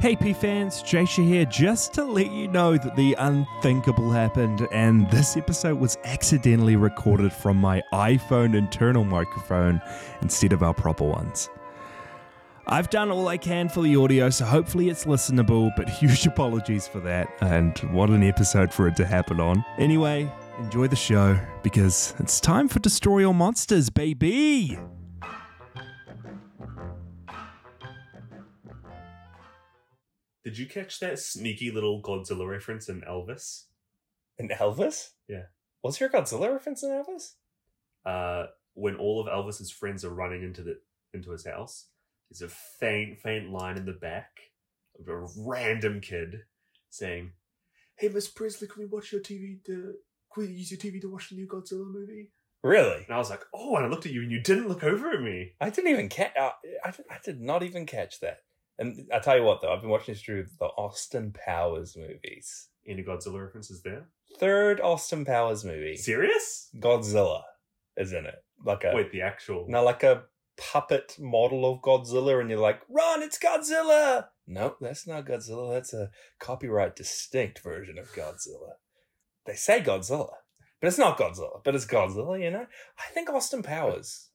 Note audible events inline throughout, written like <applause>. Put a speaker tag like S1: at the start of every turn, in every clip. S1: Hey P fans, Jasha here, just to let you know that the unthinkable happened, and this episode was accidentally recorded from my iPhone internal microphone instead of our proper ones. I've done all I can for the audio, so hopefully it's listenable, but <laughs> huge apologies for that, and what an episode for it to happen on. Anyway, enjoy the show, because it's time for Destroy All Monsters, baby!
S2: Did you catch that sneaky little Godzilla reference in Elvis?
S3: In Elvis?
S2: Yeah.
S3: Was there a Godzilla reference in Elvis?
S2: Uh, when all of Elvis's friends are running into the into his house, there's a faint, faint line in the back of a random kid saying, "Hey, Miss Presley, can we watch your TV? To, can we use your TV to watch the new Godzilla movie?"
S3: Really?
S2: And I was like, "Oh!" And I looked at you, and you didn't look over at me.
S3: I didn't even catch. Uh, I, did- I did not even catch that. And I tell you what, though, I've been watching through the Austin Powers movies.
S2: Any Godzilla references there?
S3: Third Austin Powers movie,
S2: Serious?
S3: Godzilla is in it. Like a
S2: Wait, the actual?
S3: now, like a puppet model of Godzilla, and you're like, "Run! It's Godzilla!" No, that's not Godzilla. That's a copyright distinct version of Godzilla. They say Godzilla, but it's not Godzilla. But it's Godzilla, you know. I think Austin Powers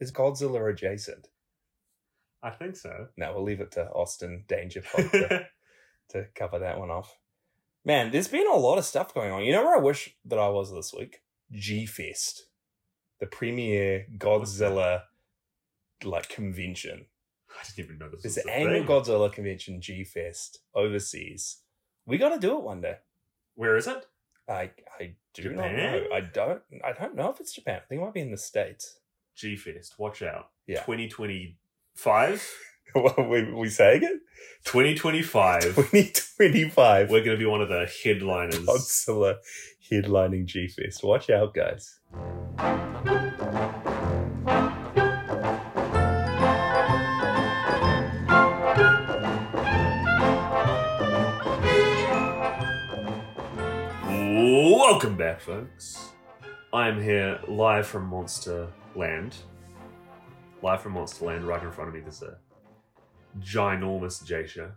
S3: is Godzilla adjacent.
S2: I think so.
S3: No, we'll leave it to Austin Danger Pod
S2: <laughs>
S3: to, to cover that one off. Man, there's been a lot of stuff going on. You know where I wish that I was this week? G Fest, the premier Godzilla like convention.
S2: I didn't even know this
S3: There's
S2: was
S3: an
S2: a
S3: annual
S2: thing.
S3: Godzilla convention, G Fest, overseas. We got to do it one day.
S2: Where is it?
S3: I I do not know.
S2: Japan?
S3: I don't I don't know if it's Japan. I think it might be in the states. <laughs>
S2: G Fest. Watch out.
S3: Yeah.
S2: 2025.
S3: what we we saying it? <laughs>
S2: 2025.
S3: Twenty twenty five.
S2: We're going to be one of the headliners.
S3: Godzilla headlining G Fest. Watch out, guys.
S2: Welcome back, folks. I am here live from Monster Land. Live from Monster Land, right in front of me, there's a ginormous
S3: <laughs>
S2: Jasha.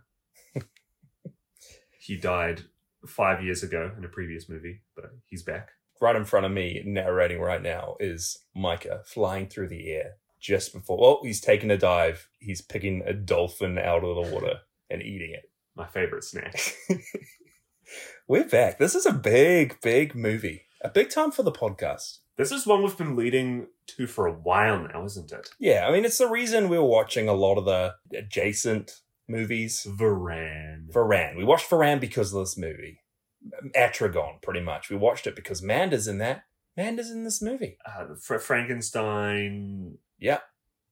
S2: he died five years ago in a previous movie, but he's back.
S3: Right in front of me, narrating right now, is Micah flying through the air just before. Well, he's taking a dive. He's picking a dolphin out of the water and eating
S2: My favorite snack.
S3: it. <laughs> We're back. This is a big, big movie. A big time for the podcast.
S2: This is one we've been leading to for a while now, isn't it?
S3: Yeah, I mean, it's the reason we're watching a lot of the adjacent movies.
S2: Varan.
S3: Varan. We watched Varan because of this movie. Atragon, pretty much. We watched it because Manda's in that. Manda's in this movie.
S2: uh, the Fra- Frankenstein.
S3: Yeah.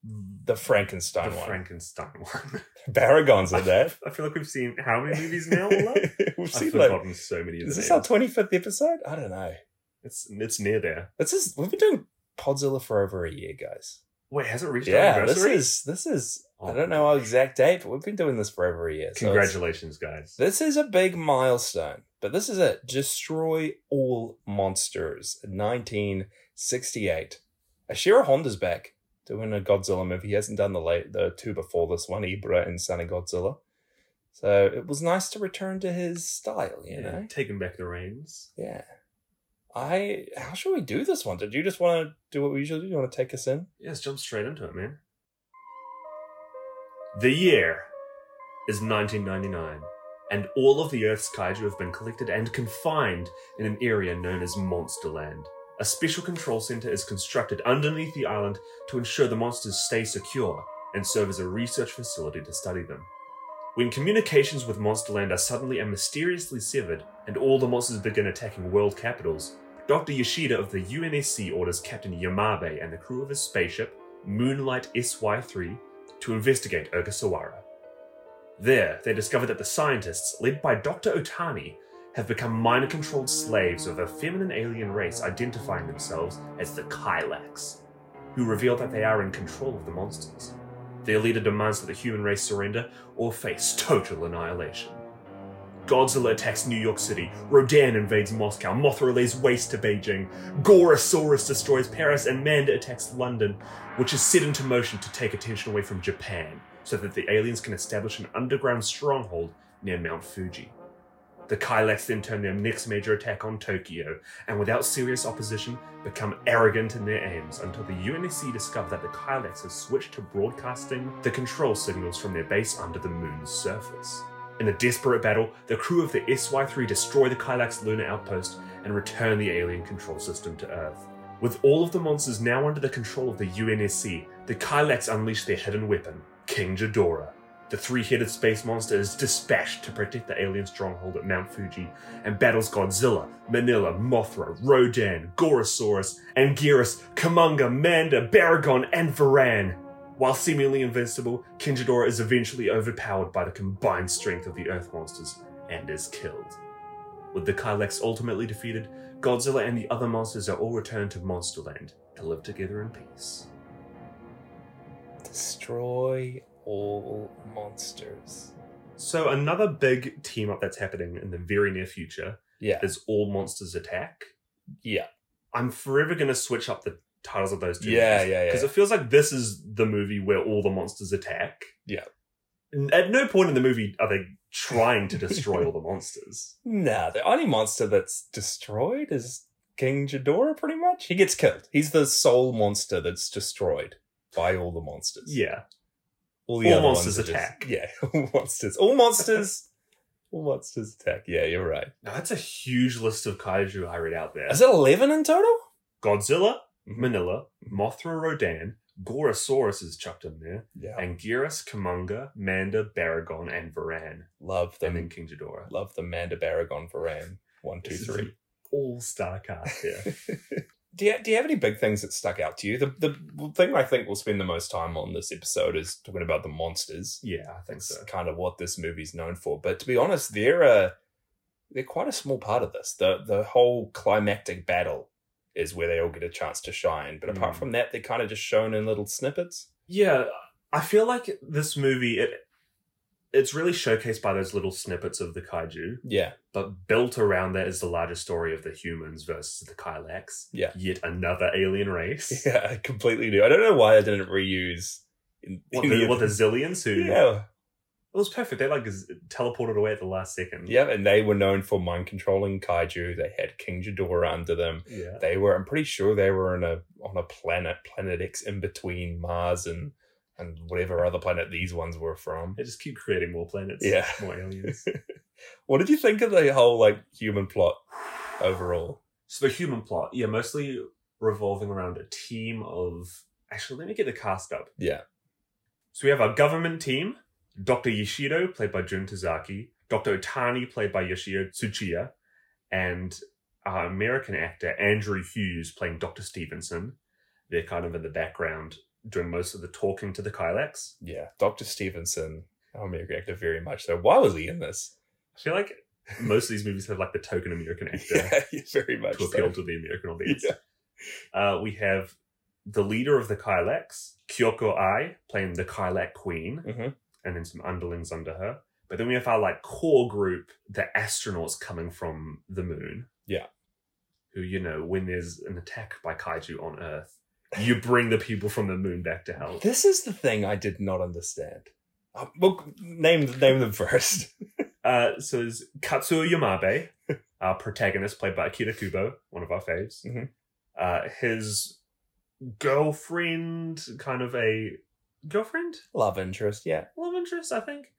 S3: The Frankenstein
S2: the
S3: one.
S2: Frankenstein one. <laughs>
S3: Baragon's in that.
S2: I feel like we've seen how many movies
S3: <laughs>
S2: now? Ola?
S3: We've
S2: I've
S3: seen like.
S2: forgotten so many of the names.
S3: Is this our 25th episode? I don't know.
S2: it's it's near there.
S3: This is we've been doing Podzilla for over a year, guys.
S2: Wait, has it reached our
S3: Yeah, this
S2: anniversary?
S3: is this is
S2: Oh,
S3: I don't know our exact date, but we've been doing this for over a year. so it's-
S2: Congratulations, guys.
S3: This is a big milestone, but this is it. Destroy all monsters, 1968. Ashira Honda's back doing a Godzilla movie. He hasn't done the late the two before this one, Ibra and Son of Godzilla. So it was nice to return to his style, you know.
S2: taking back the reins.
S3: Yeah. I how should we do this one? Did you just want to do what we usually do? You want to take us in?
S2: Yeah, let's jump straight into it, man. The year is 1999, and all of the Earth's kaiju have been collected and confined in an area known as Monsterland. A special control center is constructed underneath the island to ensure the monsters stay secure and serve as a research facility to study them. When communications with Monsterland are suddenly and mysteriously severed, and all the monsters begin attacking world capitals, Dr. Yoshida of the UNSC orders Captain Yamabe and the crew of his spaceship, Moonlight SY 3, to investigate Ogasawara. There, they discover that the scientists, led by Dr. Otani, have become minor controlled slaves of a feminine alien race identifying themselves as the Kylax, who reveal that they are in control of the monsters. Their leader demands that the human race surrender or face total annihilation. Godzilla attacks New York City, Rodan invades Moscow, Mothra lays waste to Beijing, Gorosaurus destroys Paris, and Manda attacks London, which is set into motion to take attention away from Japan, so that the aliens can establish an underground stronghold near Mount Fuji. The Kylex then turn their next major attack on Tokyo, and without serious opposition, become arrogant in their aims until the UNSC discover that the Kylex has switched to broadcasting the control signals from their base under the moon's surface. In a desperate battle, the crew of the SY3 destroy the Kylax lunar outpost and return the alien control system to Earth. With all of the monsters now under the control of the UNSC, the Kylax unleash their hidden weapon, King Ghidorah. The three headed space monster is dispatched to protect the alien stronghold at Mount Fuji and battles Godzilla, Manila, Mothra, Rodan, Gorosaurus, Anguirus, Kamunga, Manda, Baragon, and Varan. While seemingly invincible, Kinjidora is eventually overpowered by the combined strength of the Earth monsters and is killed. With the Kylex ultimately defeated, Godzilla and the other monsters are all returned to Monsterland to live together in peace.
S3: Destroy all monsters.
S2: So, another big team up that's happening in the very near future
S3: Yeah.
S2: is All Monsters Attack.
S3: Yeah.
S2: I'm forever going to switch up the titles of those two.
S3: Yeah, yeah, yeah.
S2: Because it feels like this is the movie where all the monsters attack.
S3: Yeah.
S2: N- At no point in the movie are they trying to destroy all the
S3: <laughs>
S2: monsters.
S3: Nah, the only monster that's destroyed is King Ghidorah, pretty much. He gets killed. He's the sole monster that's destroyed by all the monsters.
S2: Yeah.
S3: All,
S2: All
S3: other ones
S2: monsters
S3: are just-
S2: attack.
S3: yeah, <laughs> all monsters. All monsters.
S2: <laughs>
S3: all monsters attack. Yeah, you're right.
S2: Now, that's a huge list of kaiju I read out there.
S3: Is it 11 in total?
S2: Godzilla, Manila, Mothra Rodan, Gorosaurus is chucked in there,
S3: Yeah.
S2: Anguirus, Kamunga, Manda, Baragon, and Varan.
S3: love
S2: And
S3: them.
S2: then King Ghidorah.
S3: Love the Manda Baragon Varan. One, two,
S2: This is <laughs>
S3: three.
S2: an all-star cast
S3: <laughs>
S2: here.
S3: do you, do you have any big things that stuck out to you? The the thing I think we'll spend the most time on this episode is talking about the monsters.
S2: yeah, I think
S3: That's
S2: so.
S3: kind of what this movie's known for. But to be honest, they're a, they're quite a small part of this. The the whole climactic battle is where they all get a chance to shine. But apart
S2: Mm.
S3: from that, they're kind of just shown in little snippets.
S2: Yeah, I feel like this movie it it's really showcased by those little snippets of the kaiju,
S3: Yeah.
S2: but built around that is the larger story of the humans versus the Kylax.
S3: Yeah.
S2: Yet another alien race.
S3: <laughs> Yeah, I completely do. I don't know why I didn't reuse in-
S2: <laughs> What
S3: any
S2: the,
S3: of <laughs>
S2: what the
S3: them.
S2: Zillions who
S3: yeah.
S2: it was perfect. They like z- teleported away at the last second.
S3: yeah, and they were known for mind controlling kaiju. They had King Ghidorah under them.
S2: Yeah.
S3: they were i'm pretty sure they were on a on a planet planet x in between mars and and whatever other planet these ones were from <laughs>
S2: They just keep creating more planets.
S3: Yeah.
S2: More
S3: <laughs>
S2: aliens.
S3: what did you think of the whole like human plot Oh. overall
S2: so the human plot, yeah, mostly revolving around a team of actually let me get the cast up.
S3: yeah
S2: So we have our government team, Dr. Yoshido, played by Jun Tazaki, Dr. Otani, played by Yoshio Tsuchiya, and our American actor Andrew Hughes playing Dr. Stevenson. They're kind of in the background doing most of the talking to the Kylax.
S3: yeah dr stevenson our american actor very much so why was he in this
S2: I feel like most of these movies have like the token American actor
S3: <laughs> yeah, very much
S2: to
S3: so.
S2: appeal to the
S3: <laughs>
S2: American audience.
S3: Yeah.
S2: Uh, we have the leader of the Kylax, Kyoko Ai, playing the Kylax Queen,
S3: Mhm.
S2: and then some underlings under her. But then we have our like core group, the astronauts coming from the moon.
S3: Yeah.
S2: Who, you know, when there's an attack by kaiju on Earth, you bring the people from the moon back to help.
S3: this is the thing i did not understand uh, well name name them <laughs> first
S2: Uh, so is Katsuo Yamabe, <laughs> our protagonist, played by Akira Kubo, one of our faves.
S3: Mhm.
S2: Uh, his girlfriend, kind of a girlfriend,
S3: love interest yeah
S2: love interest, I think.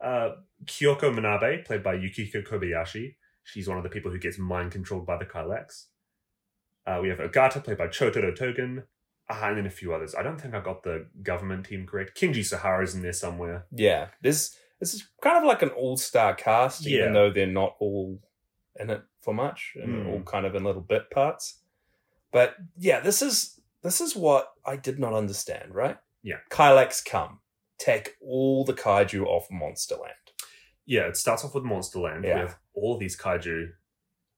S2: Uh, Kyoko Manabe, played by Yukiko Kobayashi. She's one of the people who gets mind controlled by the Kylax. Uh, we have Ogata, played by Chotaro Togen. Ah, and then a few others. I don't think I got the government team correct. Kinji Sahara's in there somewhere.
S3: Yeah, this this is kind of like an all star cast,
S2: Yeah.
S3: even though they're not all in it for much, and they're
S2: Mm.
S3: all kind of in little bit parts. But yeah, this is this is what I did not understand. Right?
S2: Yeah.
S3: Kylax come take all the kaiju off Monsterland.
S2: yeah, it starts off with Monsterland.
S3: Yeah.
S2: We have all of these kaiju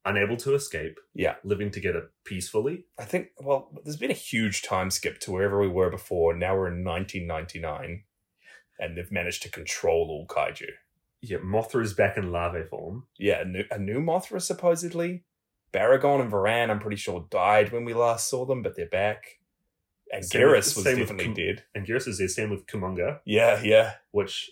S2: unable to escape,
S3: Yeah,
S2: living together peacefully.
S3: I think. Well, there's been a huge time skip to wherever we were before. Now we're in 1999, and they've managed to control all kaiju.
S2: Yeah, Mothra is back in larvae form.
S3: yeah, a new, a new Mothra supposedly. Baragon and Varan, I'm pretty sure, died when we last saw them, but they're back. And
S2: Same with-
S3: Garrus was
S2: same with
S3: definitely
S2: Com-
S3: dead.
S2: And Garrus is there, same with Kumonga,
S3: Yeah, yeah.
S2: which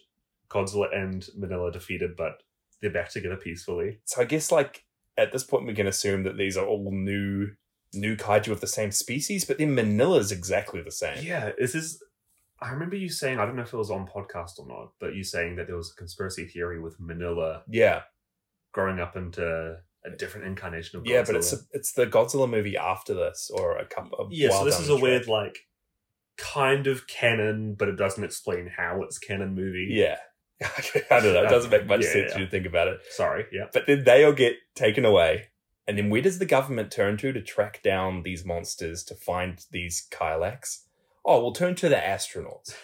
S2: Godzilla and Manila defeated, but they're back together peacefully.
S3: So I guess like at this point we can assume that these are all new new kaiju of the same species, but then Manila's exactly the same.
S2: Yeah, this is. I remember you saying, I don't know if it was on podcast or not, but you saying that there was a conspiracy theory with Manila
S3: Yeah,
S2: growing up into a different incarnation of Godzilla.
S3: yeah, but it's it's the Godzilla movie after this, or a couple.
S2: yeah, so
S3: while
S2: this
S3: down
S2: is
S3: the
S2: a weird,
S3: track.
S2: like, kind of canon, but it doesn't explain how it's canon movie.
S3: Yeah, <laughs> I don't know. It doesn't make much
S2: Yeah,
S3: sense
S2: yeah.
S3: when you think about it.
S2: Sorry, yeah.
S3: But then they all get taken away, and then where does the government turn to to track down these monsters to find these Kylax? Oh, we'll turn to the astronauts.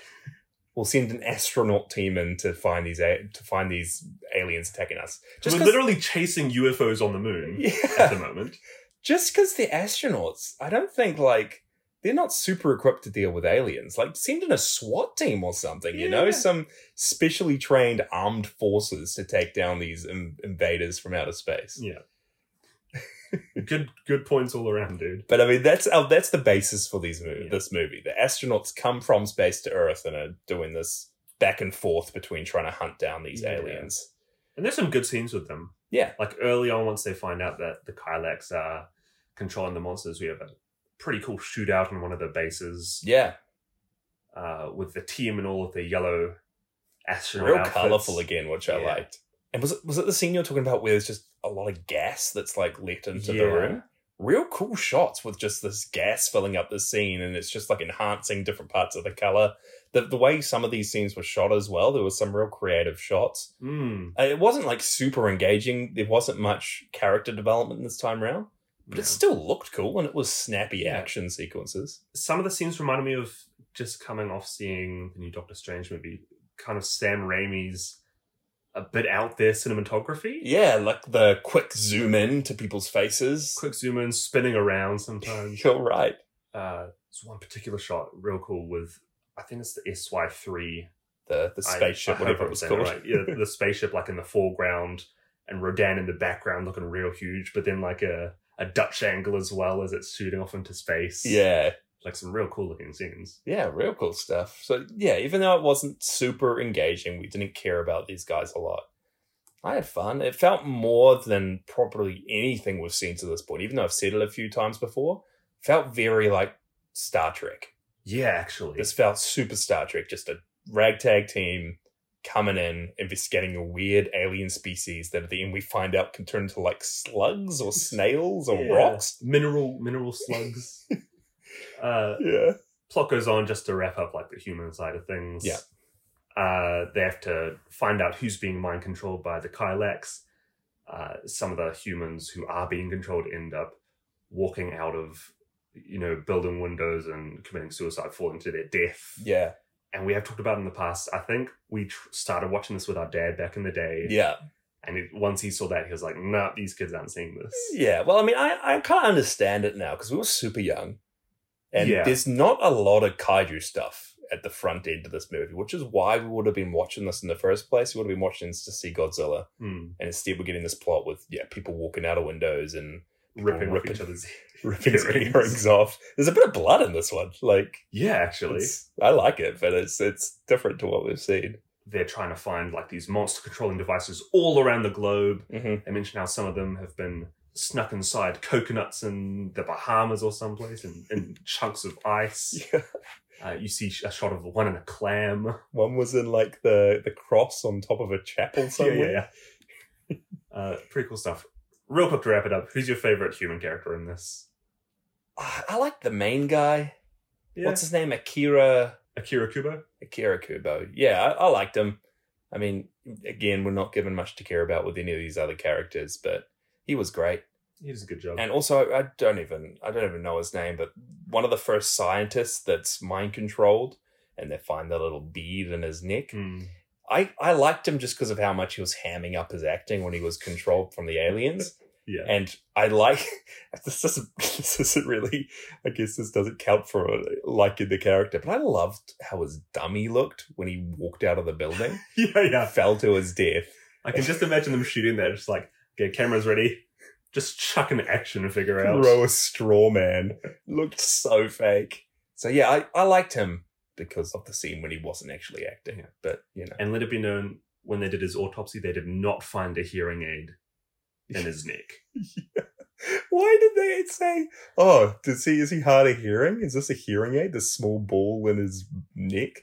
S3: We'll send an astronaut team in to find these a- to find these aliens attacking us. Just
S2: We're
S3: 'cause-
S2: literally chasing UFOs on the moon at
S3: <laughs> yeah,
S2: the moment.
S3: just because they're astronauts, I don't think like they're not super equipped to deal with aliens. Like send in a SWAT team or something, you know,
S2: Yeah.
S3: some specially trained armed forces to take down these in- invaders from outer space. <laughs>
S2: Yeah. good good points all around, dude.
S3: But I mean, that's uh, that's the basis for these mov-
S2: Yeah.
S3: this movie. The astronauts come from space to Earth and are doing this back and forth between trying to hunt down these
S2: Yeah.
S3: aliens.
S2: And there's some good scenes with them.
S3: Yeah.
S2: Like early on, once they find out that the Kylax are controlling the monsters, we have a pretty cool shootout on one of the bases
S3: Yeah,
S2: uh, with the team and all of the yellow astronaut
S3: real
S2: outfits.
S3: colorful again, which I
S2: Yeah.
S3: liked. And was it, was it the scene you're talking about where there's just a lot of gas that's like let into
S2: Yeah.
S3: the room? Real cool shots with just this gas filling up the scene, and it's just like enhancing different parts of the color. The the way some of these scenes were shot as well, there was some real creative shots.
S2: Mm,
S3: Uh, It wasn't like super engaging. There wasn't much character development this time round, but
S2: yeah.
S3: it still looked cool and it was snappy
S2: Yeah.
S3: action sequences.
S2: Some of the scenes reminded me of just coming off seeing the new Doctor Strange movie, kind of Sam Raimi's a bit out there cinematography.
S3: Yeah, like the quick zoom in to people's faces.
S2: Quick zoom in, spinning around sometimes.
S3: <laughs> You're right.
S2: uh, there's one particular shot real cool with I think it's the SY3
S3: The the
S2: I-
S3: spaceship,
S2: I hope
S3: whatever
S2: I'm
S3: it was
S2: saying
S3: called.
S2: right. Yeah,
S3: <laughs>
S2: the spaceship like in the foreground and Rodan in the background looking real huge, but then like a a Dutch angle as well as it's shooting off into space.
S3: <laughs> Yeah,
S2: like some real cool looking scenes.
S3: yeah, real cool stuff. So yeah, even though it wasn't super engaging, we didn't care about these guys a lot. I had fun. It felt more than probably anything we've seen to this point. Even though I've said it a few times before, felt very like Star Trek.
S2: Yeah, actually,
S3: This felt super Star Trek, just a ragtag team coming in, investigating a weird alien species that at the end we find out can turn into like slugs or snails or
S2: Yeah.
S3: rocks.
S2: mineral mineral slugs. <laughs> uh,
S3: Yeah.
S2: plot goes on just to wrap up like the human side of things.
S3: Yeah.
S2: Uh, they have to find out who's being mind controlled by the Kylax. Uh, some of the humans who are being controlled end up walking out of, you know, building windows and committing suicide, falling to their death.
S3: Yeah.
S2: And we have talked about in the past. I think we tr- started watching this with our dad back in the day.
S3: Yeah.
S2: And it, once he saw that, he was like, "Nah, these kids aren't seeing this."
S3: Yeah. Well, I mean, I, I kind of understand it now because we were super young. And
S2: Yeah.
S3: there's not a lot of kaiju stuff at the front end of this movie, which is why we would have been watching this in the first place. We would have been watching this to see Godzilla.
S2: Hmm.
S3: And instead, we're getting this plot with, yeah, people walking out of windows and
S2: Ripping off
S3: ripping-
S2: each other's
S3: ripping his earrings off. There's a bit of blood in this one. Like,
S2: Yeah, actually.
S3: it's- I like it, but it's it's different to what we've seen.
S2: they're trying to find like these monster controlling devices all around the globe.
S3: Mm-hmm.
S2: They mention how some of them have been snuck inside coconuts in the Bahamas or someplace and,
S3: <laughs>
S2: and chunks of ice.
S3: <laughs> Yeah.
S2: Uh, you see a shot of one in a
S3: <laughs>
S2: clam.
S3: One was in like the the cross on top of a chapel somewhere.
S2: yeah. <laughs> Uh, pretty cool stuff. Real quick to wrap it up, who's your favorite human character in this?
S3: Ah, I like the main guy.
S2: Yeah.
S3: What's his name? Akira
S2: Akira Kubo?
S3: Akira Kubo. Yeah, I, I liked him. I mean, again, we're not given much to care about with any of these other characters, but he was great.
S2: He does a good job.
S3: And also, I don't even I don't even know his name, but one of the first scientists that's mind controlled, and they find the little bead in his neck.
S2: Hmm.
S3: I I liked him just because of how much he was hamming up his acting when he was controlled from the
S2: <laughs>
S3: aliens,
S2: Yeah.
S3: and I like <laughs> this doesn't <laughs> this isn't really I guess this doesn't count for uh, liking the character, but I loved how his dummy looked when he walked out of the building,
S2: yeah, <laughs> yeah.
S3: fell to his death.
S2: I can just imagine them shooting that, just like, okay, camera's ready. Just chuck an action figure out.
S3: Throw a straw man looked so fake. So yeah, I, I liked him because of the scene when he wasn't actually acting.
S2: Yeah.
S3: But you <laughs> know,
S2: And let it be known, when they did his autopsy, they did not find a hearing aid in his neck.
S3: why did they say? Oh, does he is he hard of hearing? Is this a hearing aid? This small ball in his neck?
S2: <laughs>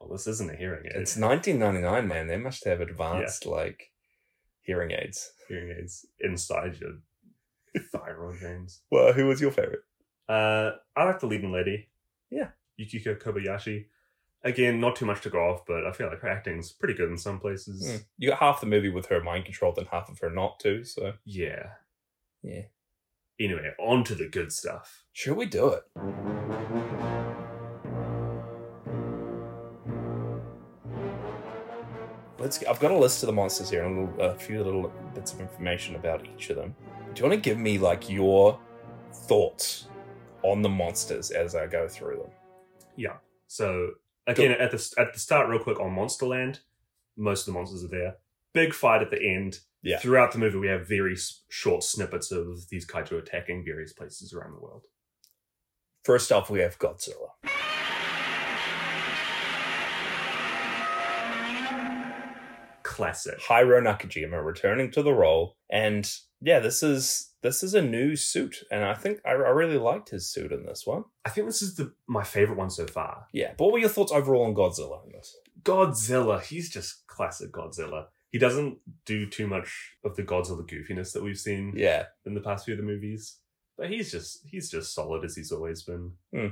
S2: Well, this isn't a hearing aid.
S3: It's 1999, man. They must have advanced like hearing aids.
S2: hearing aids inside your <laughs> thyroid veins.
S3: Well, who was your favorite?
S2: Uh, I like the leading lady.
S3: Yeah.
S2: Yukiko Kobayashi. Again, not too much to go off, but I feel like her acting's pretty good in some places.
S3: Mm. You got half the movie with her mind controlled and half of her not too. So
S2: Yeah.
S3: Yeah.
S2: Anyway, on to the good stuff.
S3: should we do it? Let's. I've got a list of the monsters here and a, little, a few little bits of information about each of them. Do you want to give me like your thoughts on the monsters as I go through them?
S2: So again, at the at the start, real quick on Monsterland, most of the monsters are there. Big fight at the end.
S3: Yeah.
S2: Throughout the movie, we have very s- short snippets of these kaiju attacking various places around the world.
S3: First off, we have Godzilla.
S2: Classic.
S3: Hiro Nakajima returning to the role, and yeah, this is this is a new suit, and I think I, I really liked his suit in this one.
S2: I think this is the my favorite one so far.
S3: Yeah, but what were your thoughts overall on Godzilla in this?
S2: Godzilla. He's just classic Godzilla. He doesn't do too much of the Godzilla goofiness that we've seen
S3: Yeah,
S2: in the past few of the movies, but he's just he's just solid as he's always been.
S3: Hmm.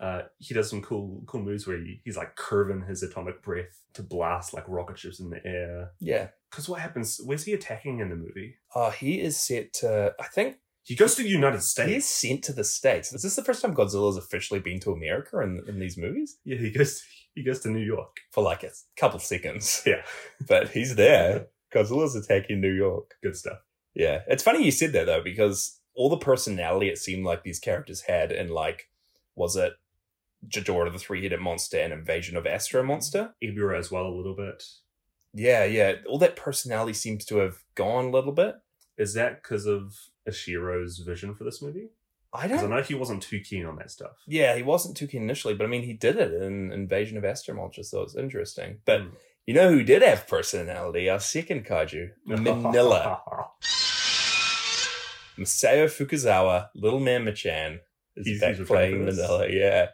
S2: Uh, he does some cool cool moves where he, he's like curving his atomic breath to blast like rocket ships in the air.
S3: yeah.
S2: Because what happens? Where's he attacking in the movie?
S3: Uh, he is set to. I think
S2: He goes to the United
S3: he is
S2: States.
S3: sent to the states. Is this the first time Godzilla's officially been to America in in these movies
S2: Yeah, he goes he goes to New York.
S3: for like a couple seconds? <laughs>
S2: Yeah.
S3: but he's there. Godzilla's attacking New York.
S2: Good stuff.
S3: Yeah, it's funny you said that though, because all the personality it seemed like these characters had, and like, was it Jadora the three-headed monster and Invasion of Astro Monster?
S2: Ibira as well a little bit.
S3: Yeah, yeah, all that personality seems to have gone a little bit.
S2: Is that because of Ashiro's vision for this movie?
S3: I
S2: Because I
S3: don't.
S2: know he wasn't too keen on that stuff.
S3: Yeah, he wasn't too keen initially, but I mean, he did it in Invasion of Astro Monster, so it's interesting. But
S2: Mm.
S3: you know who did have personality? Our second kaiju,
S2: <laughs> Hmm.
S3: Manila, Masao Fukuzawa, Little Man Machan is
S2: He's-
S3: back
S2: he's returning
S3: playing
S2: for this.
S3: Manila. Yeah,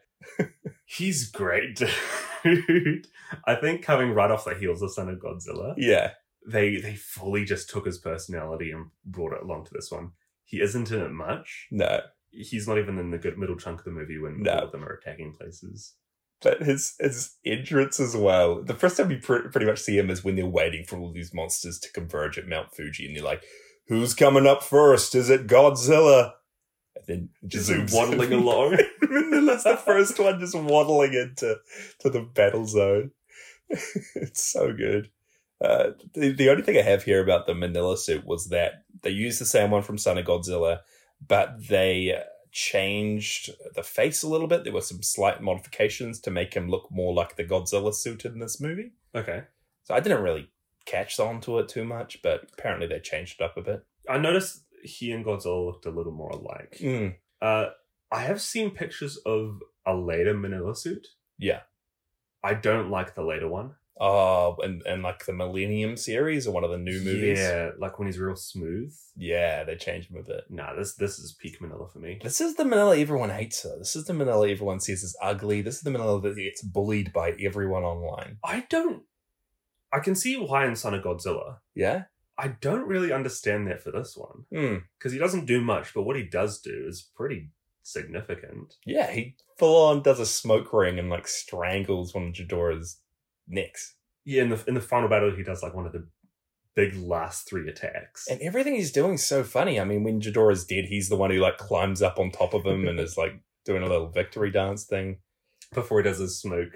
S2: He's great, <laughs> dude. I think coming right off the heels of Son of Godzilla,
S3: yeah,
S2: they they fully just took his personality and brought it along to this one. He isn't in it much.
S3: no.
S2: He's not even in the good middle chunk of the movie when
S3: No.
S2: all of them are attacking places.
S3: But his his entrance as well. The first time you pr- pretty much see him is when they're waiting for all these monsters to converge at Mount Fuji, and they're like, "Who's coming up first? Is it Godzilla?" And then it
S2: Just
S3: <laughs>
S2: <laughs>
S3: zooms
S2: waddling
S3: in.
S2: along.
S3: Manila's the first one, just waddling into to the battle zone. <laughs> it's so good. Uh, the, the only thing I have here about the Manila suit was that they used the same one from Son of Godzilla, but they uh, changed the face a little bit. There were some slight modifications to make him look more like the Godzilla suit in this movie.
S2: Okay.
S3: So I didn't really catch on to it too much, but apparently they changed it up a bit.
S2: I noticed he and Godzilla looked a little more alike.
S3: Mm,
S2: Uh, I have seen pictures of a later Manila suit.
S3: yeah.
S2: I don't like the later one.
S3: Oh, and, and like the Millennium series or one of the new movies.
S2: Yeah, like when he's real smooth.
S3: Yeah, they changed him a bit.
S2: Nah, this this is peak Manila for me.
S3: This is the Manila everyone hates her. This is the Manila everyone says is ugly. This is the Manila that gets bullied by everyone online.
S2: I don't. I can see why in Son of Godzilla.
S3: Yeah?
S2: I don't really understand that for this one
S3: Hmm.
S2: because he doesn't do much, but what he does do is pretty significant.
S3: Yeah, he full on does a smoke ring and like strangles one of Jadora's necks.
S2: Yeah, in the in the final battle, he does like one of the big last three attacks.
S3: And everything he's doing is so funny. I mean, when Jadora's dead, he's the one who like climbs up on top of him and is like doing a little victory dance thing.
S2: Before he does his smoke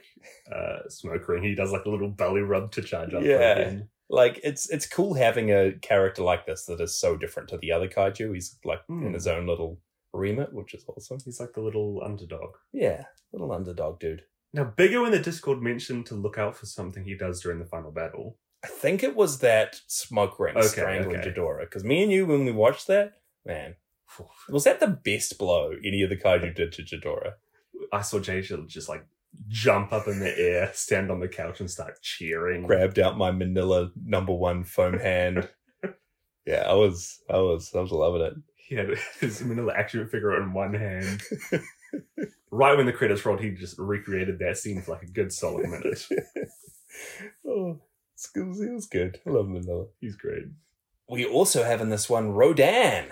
S2: uh, smoke ring, he does like a little belly rub to charge up.
S3: Yeah.
S2: again.
S3: Like it's it's cool having a character like this that is so different to the other kaiju. He's like in
S2: Hmm.
S3: his own little remit, which is awesome.
S2: he's like the little underdog.
S3: Yeah, little underdog dude.
S2: Now, Bigger in the Discord mentioned to look out for something he does during the final battle.
S3: I think it was that smoke ring
S2: Okay,
S3: strangling
S2: okay.
S3: Jadora. Because me and you, when we watched that, man, was that the best blow any of the kaiju did to Jadora?
S2: I saw Jaisha just like jump up in the air, stand on the couch, and start cheering.
S3: grabbed out my Manila number one
S2: <laughs>
S3: foam hand. yeah, I was, I was, I was loving it.
S2: He had his Manila action figure in one
S3: <laughs>
S2: hand. right when the credits rolled, he just recreated that scene for like a good solid minute.
S3: <laughs> oh, it's good. it was good. I love Manila.
S2: He's great.
S3: We also have in this one Rodan,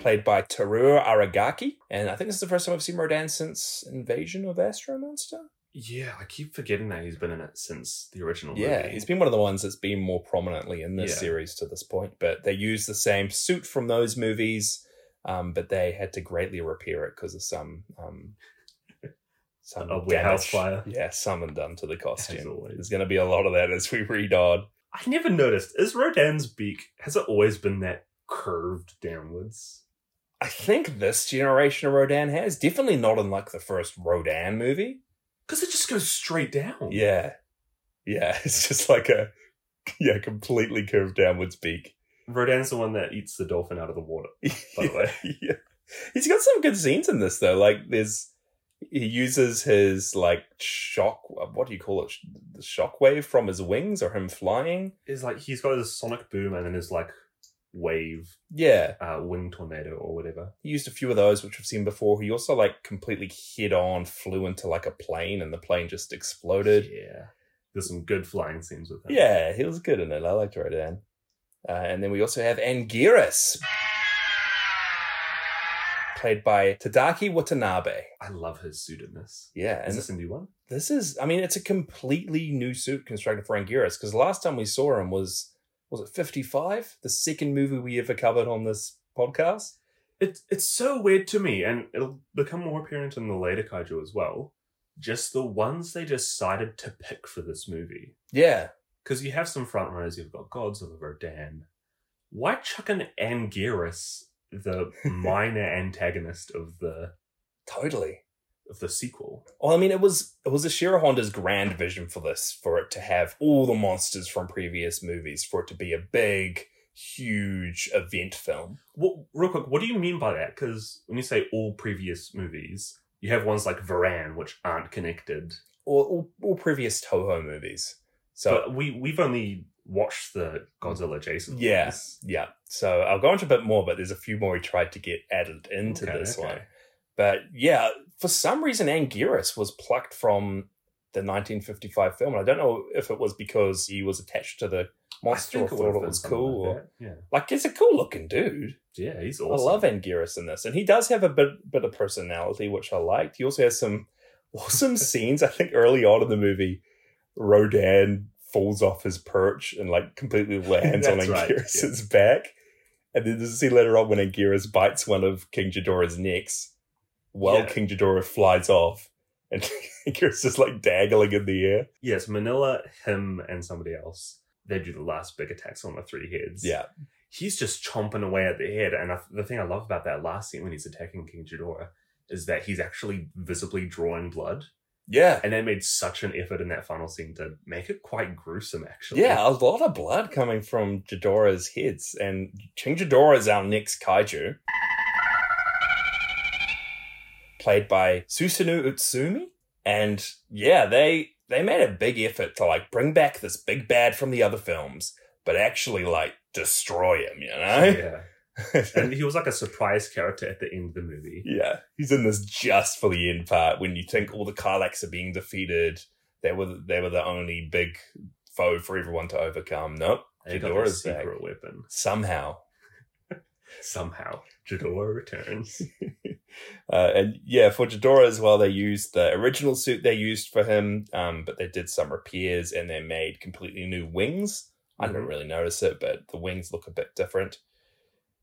S3: played by Teruo Aragaki, and I think this is the first time I've seen Rodan since Invasion of Astro Monster.
S2: Yeah, I keep forgetting that he's been in it since the original
S3: Yeah,
S2: movie.
S3: he's been one of the ones that's been more prominently in this
S2: Yeah.
S3: series to this point, but they use the same suit from those movies, um, but they had to greatly repair it because of some um, some
S2: A warehouse fire.
S3: damage- Yeah, something done to the
S2: As
S3: costume.
S2: always.
S3: There's going to be a lot of that as we read on.
S2: I never noticed. Is Rodan's beak has it always been that curved downwards?
S3: I think this generation of Rodan has definitely not in like the first Rodan movie.
S2: Because it just goes straight down.
S3: Yeah, yeah, <laughs> it's just like a yeah completely curved downwards beak. <laughs>
S2: Rodan's the one that eats the dolphin out of the water. By the way,
S3: yeah. He's got some good scenes in this though. Like there's he uses his like shock what do you call it? The shockwave from his wings or him flying.
S2: is like he's got his sonic boom and then his like wave
S3: Yeah.
S2: uh, wing tornado or whatever.
S3: He used a few of those which we've seen before. He also like completely head on flew into like a plane and the plane just exploded.
S2: Yeah, there's some good flying scenes with him.
S3: Yeah, he was good in it. I liked Rodan. Uh, and then we also have Anguirus. Played by Tadaki Watanabe.
S2: I love his suit in this.
S3: Yeah,
S2: Is
S3: and
S2: this a new one?
S3: this is i mean it's a completely new suit constructed for anguirus because last time we saw him was was it 55 the second movie we ever covered on this podcast
S2: It, it's so weird to me, and it'll become more apparent in the later kaiju as well. Just the ones they decided to pick for this movie.
S3: yeah
S2: Because you have some front runners, you've got Godzilla, Rodan. Why chuck an Anguirus,
S3: <laughs>
S2: the minor antagonist of the
S3: totally
S2: of the sequel?
S3: well i mean it was it was Ashira honda's grand vision for this for it to have all the monsters from previous movies for it to be a big huge event film
S2: What, real quick, what do you mean by that? Because when you say all previous movies, you have ones like Varan, which aren't connected.
S3: or all, all previous toho movies so
S2: but we we've only watched the Godzilla Jason. ones.
S3: Yeah. yeah so i'll go into a bit more but there's a few more we tried to get added into
S2: Okay,
S3: this
S2: okay.
S3: one But yeah, for some reason, Anguirus was plucked from the 1955 film. And I don't know if it was because he was attached to the
S2: I
S3: monster or
S2: think would've
S3: thought it
S2: been
S3: was
S2: something
S3: cool.
S2: like
S3: Or,
S2: that, yeah.
S3: like, it's a cool looking dude.
S2: Yeah, he's awesome.
S3: I love Anguirus in this. And he does have a bit, bit of personality, which I liked. He also has some <laughs> awesome scenes. I think early on in the movie, Rodan falls off his perch and like
S2: <laughs>
S3: completely lands on
S2: That's right,
S3: Anguirus's back. And then there's a scene later on when Anguirus bites one of King Ghidorah's necks while
S2: Yeah.
S3: King Ghidorah flies off. And <laughs> Anguirus is like dangling in the air.
S2: Yes, Manila, him, and somebody else. They do the last big attacks on the three heads.
S3: Yeah.
S2: He's just chomping away at the head. And I, the thing I love about that last scene when he's attacking King Ghidorah is that he's actually visibly drawing blood.
S3: Yeah.
S2: And they made such an effort in that final scene to make it quite gruesome, actually. <laughs>
S3: Yeah, a lot of blood coming from Ghidorah's heads, and King Ghidorah is our next kaiju, played by Susanoo Utsumi. And yeah, they they made a big effort to like bring back this big bad from the other films, but actually like destroy him, you know?
S2: Yeah.
S3: <laughs> Yeah,
S2: and he was like a surprise character at the end of the movie.
S3: he's in this just for the end part when you think all the Karlaks are being defeated. They were they were the only big foe for everyone to overcome. Nope,
S2: They got their
S3: Ghidorah's back
S2: secret weapon.
S3: somehow.
S2: Somehow, Ghidorah returns. <laughs>
S3: Uh, and yeah, for Jadora as well, they used the original suit they used for him, um, but they did some repairs and they made completely new wings. I didn't really notice it, but the wings look a bit different.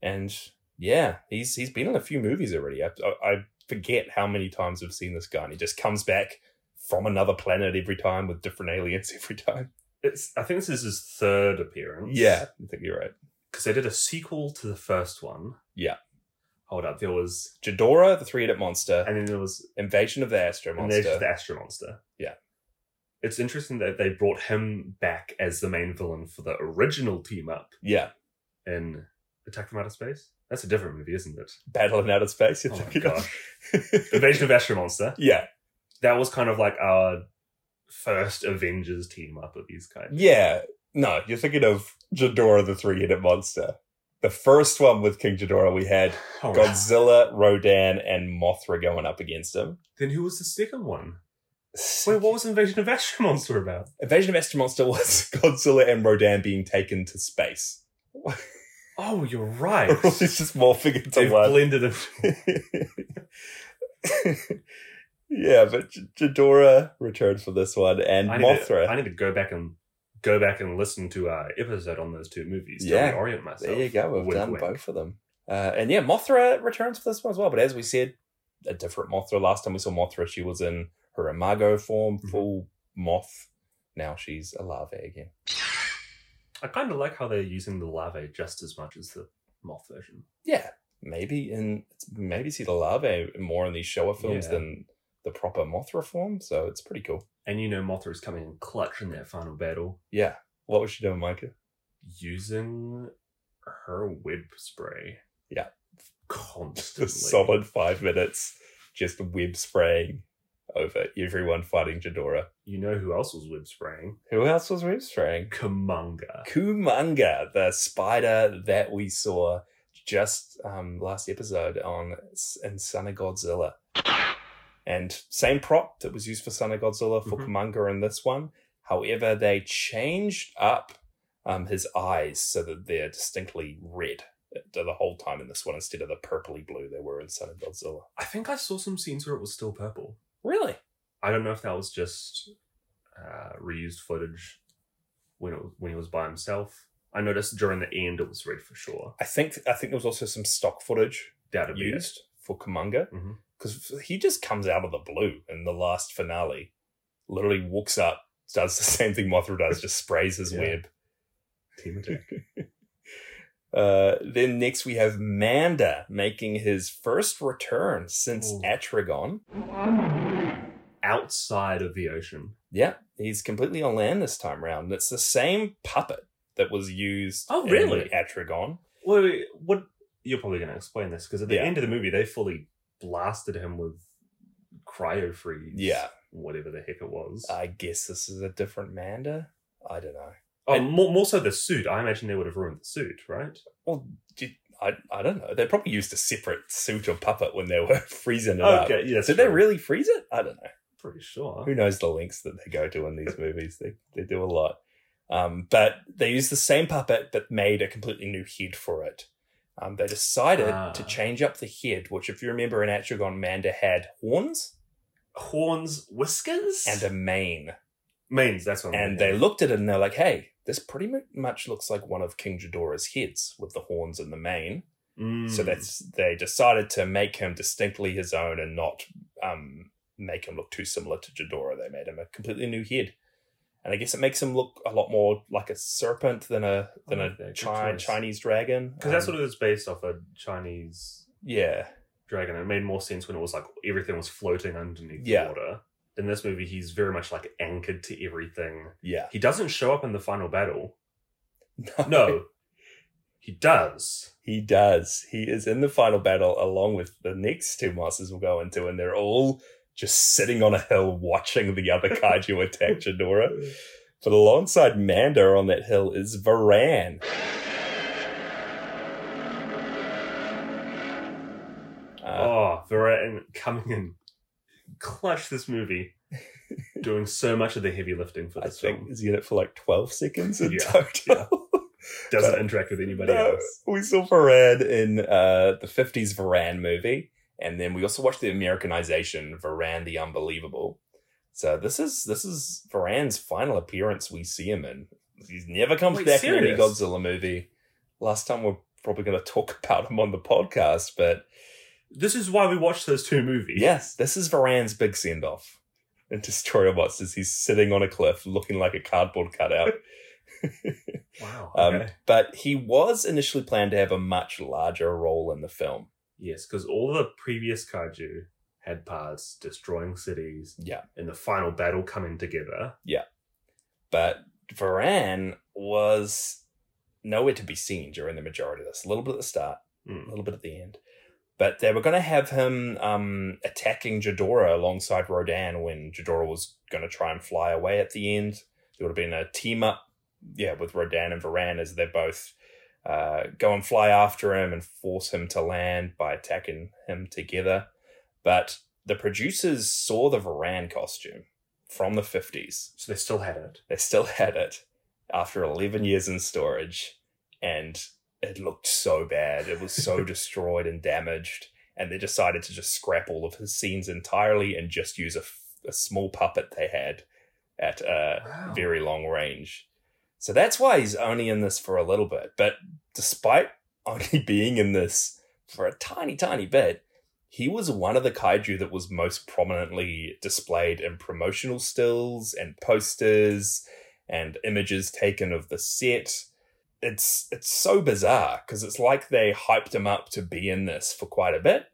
S3: And yeah, he's he's been in a few movies already. I, I I forget how many times we've seen this guy, and he just comes back from another planet every time with different aliens <laughs> every time.
S2: It's, I think this is his third appearance.
S3: Yeah, I think you're right.
S2: because they did a sequel to the first one.
S3: Yeah.
S2: Hold up, there was,
S3: Jadora, the three-headed monster,
S2: and then there was,
S3: Invasion of the Astro
S2: and there's
S3: Monster.
S2: the Astro Monster.
S3: Yeah.
S2: It's interesting that they brought him back as the main villain for the original team up
S3: yeah,
S2: in Attack from Outer Space. That's a different movie, isn't it?
S3: Battle in Outer Space. You're
S2: Oh my
S3: thinking <laughs> of.
S2: Invasion of Astro Monster.
S3: yeah,
S2: That was kind of like our first Avengers team up of these guys.
S3: yeah. No, you're thinking of Ghidorah, the three-headed monster. The first one with King Ghidorah, we had
S2: Oh, wow.
S3: Godzilla, Rodan, and Mothra going up against him.
S2: Then who was the second one? Wait, what was Invasion of Astro Monster about?
S3: Invasion of Astro Monster was <laughs> Godzilla and Rodan being taken to space. <laughs>
S2: Oh, you're <laughs> right.
S3: it's just morphing into
S2: They've
S3: one.
S2: blended them. <laughs>
S3: <laughs> yeah, but J- Ghidorah returned for this one, and
S2: I need, to, I
S3: Mothra.
S2: need to go back and go back and listen to our episode on those two movies to
S3: Yeah.
S2: reorient myself.
S3: There you go. We've
S2: Wink,
S3: done
S2: wink.
S3: both of them, uh, and yeah, Mothra returns for this one as well. But as we said, a different Mothra. Last time we saw Mothra, she was in her imago form,
S2: Mhm.
S3: full moth. Now she's a larvae again.
S2: I kind of like how they're using the larvae just as much as the moth version.
S3: Yeah, maybe in maybe see the larvae more in these Showa films
S2: Yeah.
S3: than the proper Mothra form. So it's pretty cool.
S2: And you know, Mothra is coming in clutch in that final battle
S3: Yeah. What was she doing, Micah? <laughs>
S2: using her web spray.
S3: Yeah.
S2: Constantly.
S3: Just <laughs> solid five minutes, just web spraying over everyone fighting Jadora.
S2: You know who else was web spraying?
S3: Who else was web spraying?
S2: Kumanga.
S3: Kumanga, the spider that we saw just um, last episode on S- in Son of Godzilla. And same prop that was used for Son of Godzilla for
S2: Mhm.
S3: Kumanga in this one. However, they changed up um, his eyes so that they're distinctly red the the whole time in this one instead of the purpley blue they were in Son of Godzilla.
S2: I think I saw some scenes where it was still purple.
S3: Really?
S2: I don't know if that was just uh, reused footage when it was, when he was by himself. I noticed during the end it was red for sure.
S3: I think I think there was also some stock footage
S2: That'd be it.
S3: used for Kamunga
S2: Mhm.
S3: because he just comes out of the blue in the last finale. Literally walks up, does the <laughs> same thing Mothra does, just sprays his
S2: Yeah.
S3: web.
S2: Team attack.
S3: Uh, then next we have Manda making his first return since
S2: Ooh.
S3: Atragon.
S2: Outside of the ocean.
S3: Yeah, he's completely on land this time round. And It's the same puppet that was used.
S2: Oh, really?
S3: In Atragon.
S2: Wait, wait, what? You're probably going to explain this because at the
S3: Yeah.
S2: end of the movie they fully blasted him with cryo freeze.
S3: Yeah. Uh,
S2: Whatever the heck it was.
S3: I guess this is a different Manda. I don't know.
S2: oh,
S3: and-
S2: more, more so the suit. I imagine they would have ruined the suit, right?
S3: Well, did, I I don't know. They probably used a separate suit or puppet when they were <laughs> freezing it up.
S2: yeah.
S3: Did they really freeze it? I don't know.
S2: Pretty sure.
S3: Who knows the lengths that they go to in these movies? They they do a lot. Um, but they used the same puppet but made a completely new head for it. Um, they decided
S2: Ah.
S3: to change up the head, which, if you remember, in Atragon, Manda had horns
S2: Horns, whiskers,
S3: and a mane.
S2: manes. That's what. I'm
S3: And
S2: thinking
S3: they
S2: of.
S3: looked at it and they're like, hey, this pretty mu- much looks like one of King Ghidorah's heads with the horns and the mane. So
S2: Mm.
S3: that's they decided to make him distinctly his own and not um, make him look too similar to Jadora. They made him a completely new head, and I guess it makes him look a lot more like a serpent than a than
S2: like that.
S3: a
S2: Oh, Good
S3: chi-
S2: choice.
S3: Chinese dragon.
S2: Because that's
S3: Um,
S2: what it was based off a Chinese
S3: yeah,
S2: dragon. It made more sense when it was like everything was floating underneath
S3: Yeah.
S2: the water. In this movie, he's very much like anchored to everything.
S3: yeah. <laughs>
S2: He doesn't show up in the final battle. No, <laughs> he does.
S3: he does. He is in the final battle along with the next two monsters we'll go into, and they're all just sitting on a hill watching the
S2: <laughs>
S3: other kaiju attack Jadora. But alongside Manda on that hill is Varan. Uh,
S2: oh, Varan coming in clutch this
S3: <laughs>
S2: movie, doing so much of the heavy lifting for
S3: I
S2: this
S3: think
S2: film.
S3: he's in it for like 12 seconds in
S2: Yeah,
S3: total. <laughs>
S2: Doesn't interact with anybody
S3: No,
S2: else.
S3: we saw Varan in uh, the 50s Varan movie. And then we also watched the Americanization, Varan the Unbelievable. So this is this is Varan's final appearance we see him in. He never comes
S2: Wait,
S3: back in any
S2: serious?
S3: Godzilla movie. Last time we're probably going to talk <laughs> about him on the podcast, but
S2: This is why we watched those two movies.
S3: Yes, this is Varan's big send <laughs> off. And Destroyer Monsters, he's sitting on a cliff looking like a
S2: <laughs>
S3: cardboard cutout.
S2: Wow.
S3: um,
S2: okay.
S3: But he was initially planned to have a much larger role in the film.
S2: Yes, because all the previous kaiju had parts destroying cities.
S3: Yeah.
S2: And the final battle coming together.
S3: But Varan was nowhere to be seen during the majority of this. A little bit at the start,
S2: Mm.
S3: a little bit at the end. But they were going to have him um, attacking Jadora alongside Rodan when Jadora was going to try and fly away at the end. There would have been a team up, yeah, with Rodan and Varan as they both uh, go and fly after him and force him to land by attacking him together. But the producers saw the Varan costume from the 50s
S2: So they still had it.
S3: they still had it after 11 years in storage and it looked so bad it was so destroyed and damaged and they decided to just scrap all of his scenes entirely and just use a, f- a small puppet they had at uh,
S2: Wow.
S3: very long range so that's why he's only in this for a little bit but despite only <laughs> being in this for a tiny tiny bit he was one of the kaiju that was most prominently displayed in promotional stills and posters and images taken of the set. It's it's so bizarre because it's like they hyped him up to be in this for quite a bit,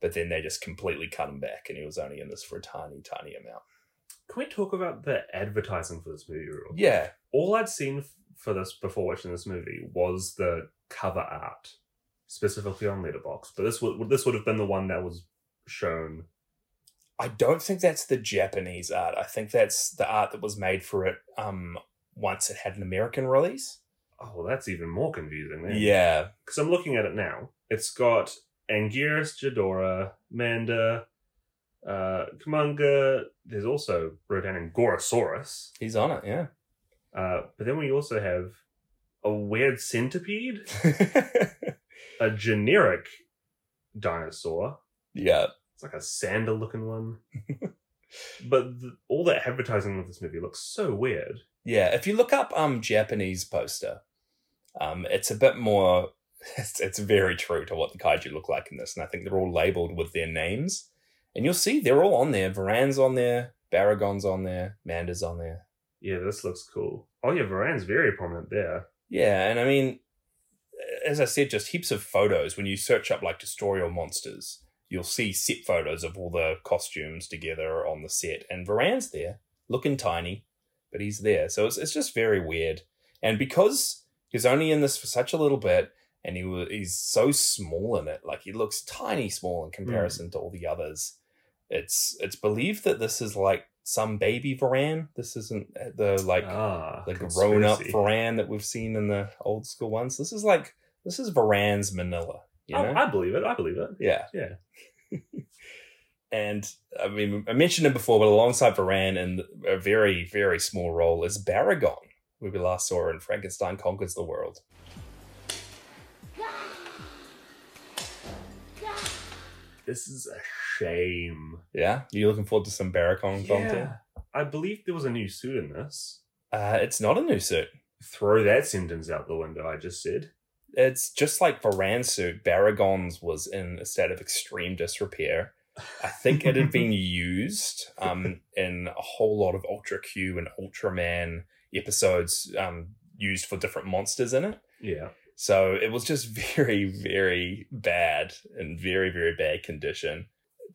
S3: but then they just completely cut him back, and he was only in this for a tiny, tiny amount.
S2: Can we talk about the advertising for this movie? Real?
S3: Yeah,
S2: All I'd seen f- for this before watching this movie was the cover art, specifically on Letterbox. But this would this would have been the one that was shown.
S3: I don't think that's the Japanese art. I think that's the art that was made for it. Um, once it had an American release.
S2: Oh, well, that's even more confusing. Then.
S3: Yeah,
S2: because I'm looking at it now. It's got Anguirus, Jadora, Manda, uh, Kumanga. There's also Rodan and Gorosaurus.
S3: he's on it. Yeah. <laughs>
S2: Uh, but then we also have a weird centipede, a generic dinosaur.
S3: yeah.
S2: It's like a sandal looking
S3: <laughs>
S2: one. but th all that advertising of this movie looks so weird.
S3: Yeah, if you look up um Japanese poster, um it's a bit more <laughs> it's, it's very true to what the kaiju look like in this, and I think they're all labeled with their names. And you'll see they're all on there. Varan's on there, Baragon's on there, Manda's on there.
S2: Yeah, this looks cool. Oh yeah, Varan's very prominent there.
S3: Yeah, and I mean as I said, just heaps of photos. When you search up like Destroyer monsters, you'll see set photos of all the costumes together on the set. And Varan's there, looking tiny, but he's there. So it's, it's just very weird. And because he's only in this for such a little bit, and he wa- he's so small in it, like he looks tiny small in comparison to all the others. It's it's believed that this is like some baby Varan. This isn't uh, the like
S2: ah,
S3: the grown up
S2: conspiracy.
S3: Varan that we've seen in the old school ones. This is like this is Varan's Manila, you know?
S2: Oh, I believe it. I believe it.
S3: yeah.
S2: Yeah.
S3: <laughs> And I mean, I mentioned it before, but alongside Varan in a very, very small role is Baragon, who we last saw in Frankenstein Conquers the World.
S2: This is a shame.
S3: Yeah. You looking forward to some Baragon content?
S2: I believe there was a new suit in this.
S3: Uh, it's not a new suit.
S2: Throw that sentence out the window, I just
S3: <laughs>
S2: said.
S3: It's just like Varan's suit. Baragon's was in a state of extreme disrepair. I think
S2: <laughs>
S3: it had been used um, in a whole lot of Ultra Q and Ultraman episodes um, used for different monsters in it.
S2: Yeah.
S3: So it was just <laughs> very, very bad and very, very bad condition.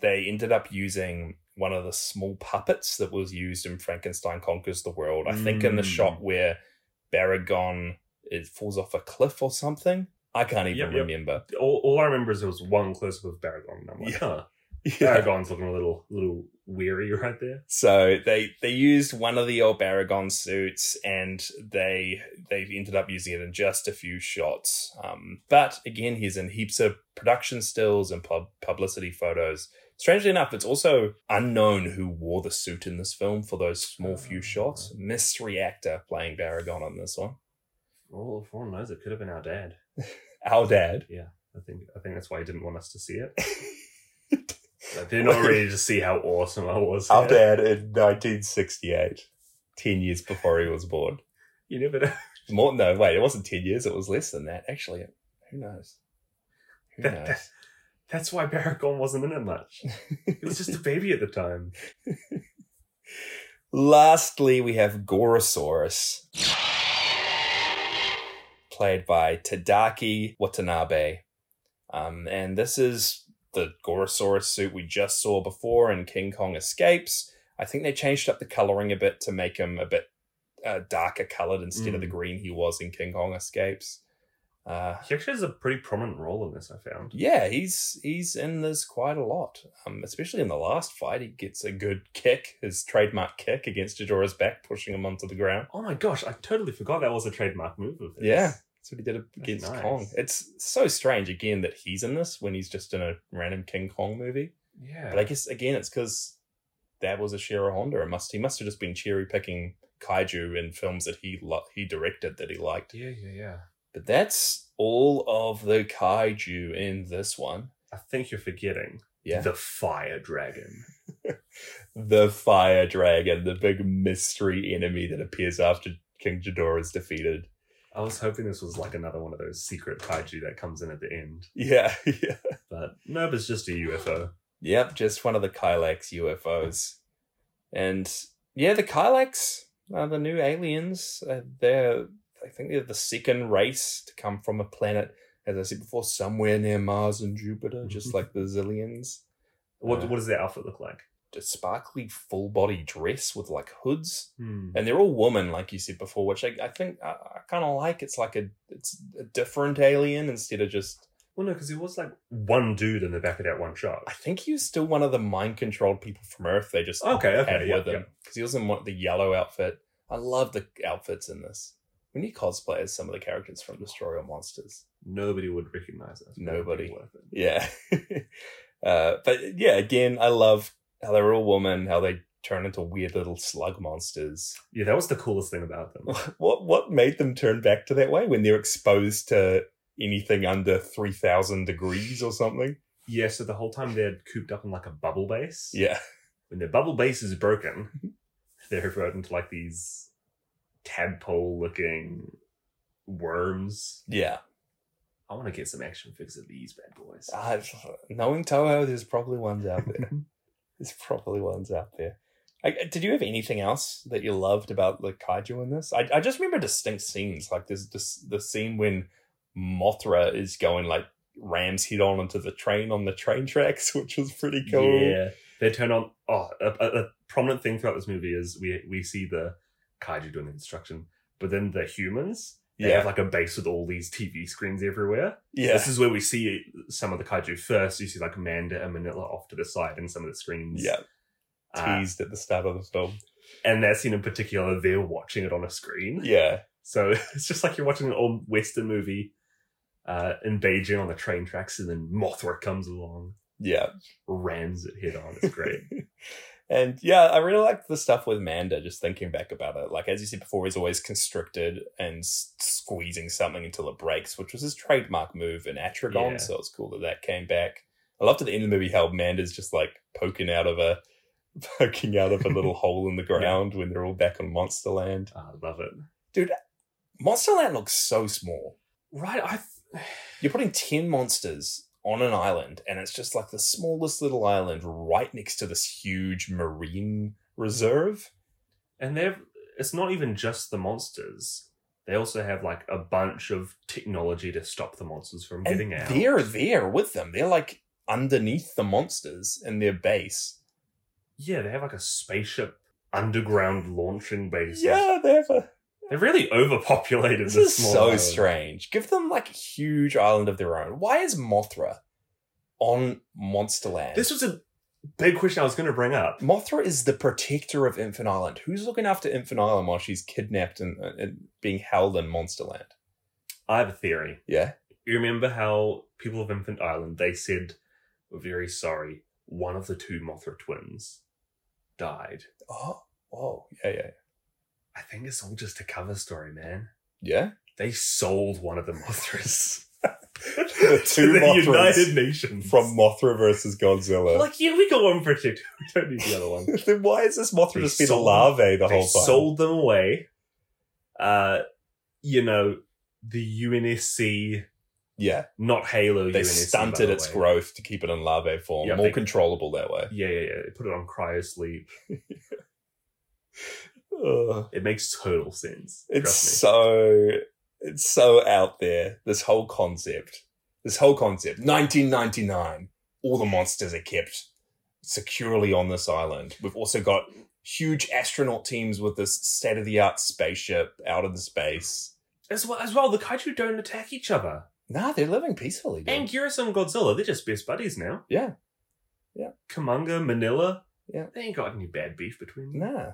S3: They ended up using one of the small puppets that was used in Frankenstein Conquers the World. I think in the
S2: Mm.
S3: shot where Baragon it falls off a cliff or something. I can't even
S2: Yep, yep.
S3: remember. <laughs>
S2: All, all I remember is there was one close up of Baragon, and I'm like,
S3: Yeah.
S2: huh.
S3: <laughs> Yeah.
S2: Baragon's looking a little little weary right there.
S3: So they they used one of the old Baragon suits, and they they ended up using it in just a few shots. Um, but again, he's in heaps of production stills and pub- publicity photos. Strangely enough, it's also unknown who wore the suit in this film for those small few shots. Mystery actor playing Baragon on this one.
S2: All for all knows it could have been our dad.
S3: Our dad.
S2: I think I think that's why he didn't want us to see it. Like, they're not ready to see how awesome I was.
S3: <laughs> Our
S2: here.
S3: dad in 1968, 10 years before he was born.
S2: <laughs> You never know.
S3: More no, wait, it wasn't ten years, it was less than that. Actually, who knows? Who
S2: That-
S3: knows? <laughs>
S2: that- that's why Baragon wasn't in it much. He was just a baby at the time.
S3: Lastly, we have Gorosaurus. Played by Tadaki Watanabe. Um, and this is the Gorosaurus suit we just saw before in King Kong Escapes. I think they changed up the coloring a bit to make him a bit uh, darker colored instead of the
S2: Mm.
S3: green he was in King Kong Escapes. Uh,
S2: He actually has a pretty prominent role in this, I found.
S3: yeah, he's he's in this quite a lot, um, especially in the last fight. He gets a good kick, his trademark kick against Jadora's back, pushing him onto the ground.
S2: Oh my gosh, I totally forgot that was a trademark move of his.
S3: Yeah, that's what he did against
S2: nice.
S3: Kong. It's so strange again that he's in this when he's just in a random King Kong movie.
S2: Yeah.
S3: But I guess again it's because that was a Shiro Honda. It must he must have just been cherry picking kaiju in films that he lo- he directed that he liked.
S2: yeah, yeah, yeah.
S3: But that's all of the kaiju in this one.
S2: I think you're forgetting
S3: Yeah,
S2: the fire dragon.
S3: the fire dragon, the big mystery enemy that appears after King Ghidorah is defeated.
S2: I was hoping this was like another one of those secret kaiju that comes in at the end,
S3: Yeah, <laughs> yeah.
S2: but nope, it's just a UFO.
S3: Yep, just one of the Kylax UFOs. And yeah, the Kylax are the new aliens. Uh, they're, I think they're the second race to come from a planet, as I said before, somewhere near Mars and Jupiter, just like the Zillions.
S2: What
S3: Uh.
S2: Mhm. what does their outfit look like?
S3: A sparkly full body dress with like hoods.
S2: Hmm.
S3: And they're all women, like you said before, which I, I think I, I kind of like. It's like a, it's a different alien instead of just
S2: Well, no, because there was like one dude in the back of that one shot.
S3: I think he was still one of the mind controlled people from Earth. They just
S2: Okay, okay,
S3: had
S2: yeah,
S3: with him because he was in what, the yellow outfit. I love the outfits in this. When you cosplay as some of the characters from Destroy All Monsters,
S2: Nobody would recognize us.
S3: Nobody.
S2: Would worth it.
S3: yeah. <laughs> uh, but yeah, again, I love how they're all women, how they turn into weird little slug monsters.
S2: Yeah, that was the coolest thing about
S3: <laughs>
S2: them.
S3: What what made them turn back to that way when they're exposed to anything under three thousand degrees or something?
S2: yeah, so the whole time they're cooped up in like a bubble base.
S3: Yeah,
S2: When their bubble base is broken, <laughs> they're reverted into like these tadpole looking worms.
S3: yeah.
S2: I want to get some action figures of these bad boys.
S3: Uh, knowing Toho, there's probably ones
S2: <laughs>
S3: out there. There's probably ones out there. I, uh, did you have anything else that you loved about the kaiju in this? I, I just remember distinct scenes. Like there's this the scene when Mothra is going like rams head on into the train on the train tracks, <laughs> which was pretty cool.
S2: Yeah, they turn on. Oh, a, a, a prominent thing throughout this movie is we we see the kaiju doing the instruction, but then the humans they
S3: Yeah.
S2: have like a base with all these TV screens everywhere.
S3: yeah.
S2: This is where we see some of the kaiju first. You see like Amanda and Manila off to the side in some of the screens.
S3: Yeah,
S2: Uh,
S3: teased at the start of the film.
S2: and that scene in particular, they're watching it on a screen.
S3: Yeah,
S2: So <laughs> it's just like you're watching an old Western movie uh, in Beijing on the train tracks, and then Mothra comes along,
S3: yeah,
S2: rams it head on. It's
S3: <laughs>
S2: great.
S3: and yeah, I really liked the stuff with Manda. Just thinking back about it, like as you said before, he's always constricted and s- squeezing something until it breaks, which was his trademark move in Atragon.
S2: Yeah.
S3: So it's cool that that came back. I loved at the end of the movie how Manda's just like poking out of a <laughs> poking out of a little hole in the ground when they're all back on Monsterland.
S2: I Uh, love it.
S3: Monsterland looks so small.
S2: Right, I th-
S3: You're putting ten monsters on an island, and it's just like the smallest little island right next to this huge marine reserve.
S2: and they've it's not even just the monsters. They also have like a bunch of technology to stop the monsters from
S3: And
S2: getting out.
S3: They're there with them. They're like underneath the monsters in their base.
S2: Yeah, they have like a spaceship underground launching base.
S3: Yeah, they have a.
S2: They're really overpopulated.
S3: This
S2: in a
S3: is
S2: small
S3: so
S2: island.
S3: strange. Give them like a huge island of their own. Why is Mothra on Monsterland?
S2: This was a big question I was going to bring up.
S3: Mothra is the protector of Infant Island. Who's looking after Infant Island while she's kidnapped and, uh, and being held in Monsterland?
S2: I have a theory.
S3: Yeah.
S2: You remember how people of Infant Island they said, "We're very sorry, one of the two Mothra twins died."
S3: Oh, whoa. Yeah, yeah.
S2: I think it's all just a cover story, man.
S3: Yeah.
S2: They sold one of the Mothras.
S3: <laughs> The two
S2: <laughs> to the
S3: Mothras
S2: United Nations
S3: From Mothra versus Godzilla.
S2: Like, yeah, we got one protector. We <laughs> don't need the other one.
S3: then <laughs> why is this Mothra
S2: They
S3: just been a
S2: sold-
S3: larvae the
S2: they
S3: whole time?
S2: sold them away. Uh, you know, the UNSC,
S3: yeah.
S2: not Halo.
S3: they
S2: UNSC, by
S3: stunted
S2: the
S3: its
S2: way.
S3: growth to keep it in larvae form,
S2: Yeah,
S3: more
S2: they-
S3: controllable that way.
S2: Yeah, yeah, yeah. They put it on cryo sleep.
S3: Ugh.
S2: It makes total sense.
S3: It's
S2: trust me.
S3: so it's so out there. This whole concept, this whole concept, 1999. All the monsters are kept securely on this island. We've also got huge astronaut teams with this state of the art spaceship out in space.
S2: As well, as well, the kaiju don't attack each other.
S3: Nah, they're living peacefully. dude.
S2: And Gyurus and Godzilla, they're just best buddies now.
S3: Yeah.
S2: Kamunga, Manila.
S3: Yeah.
S2: They ain't got any bad beef between them.
S3: Nah,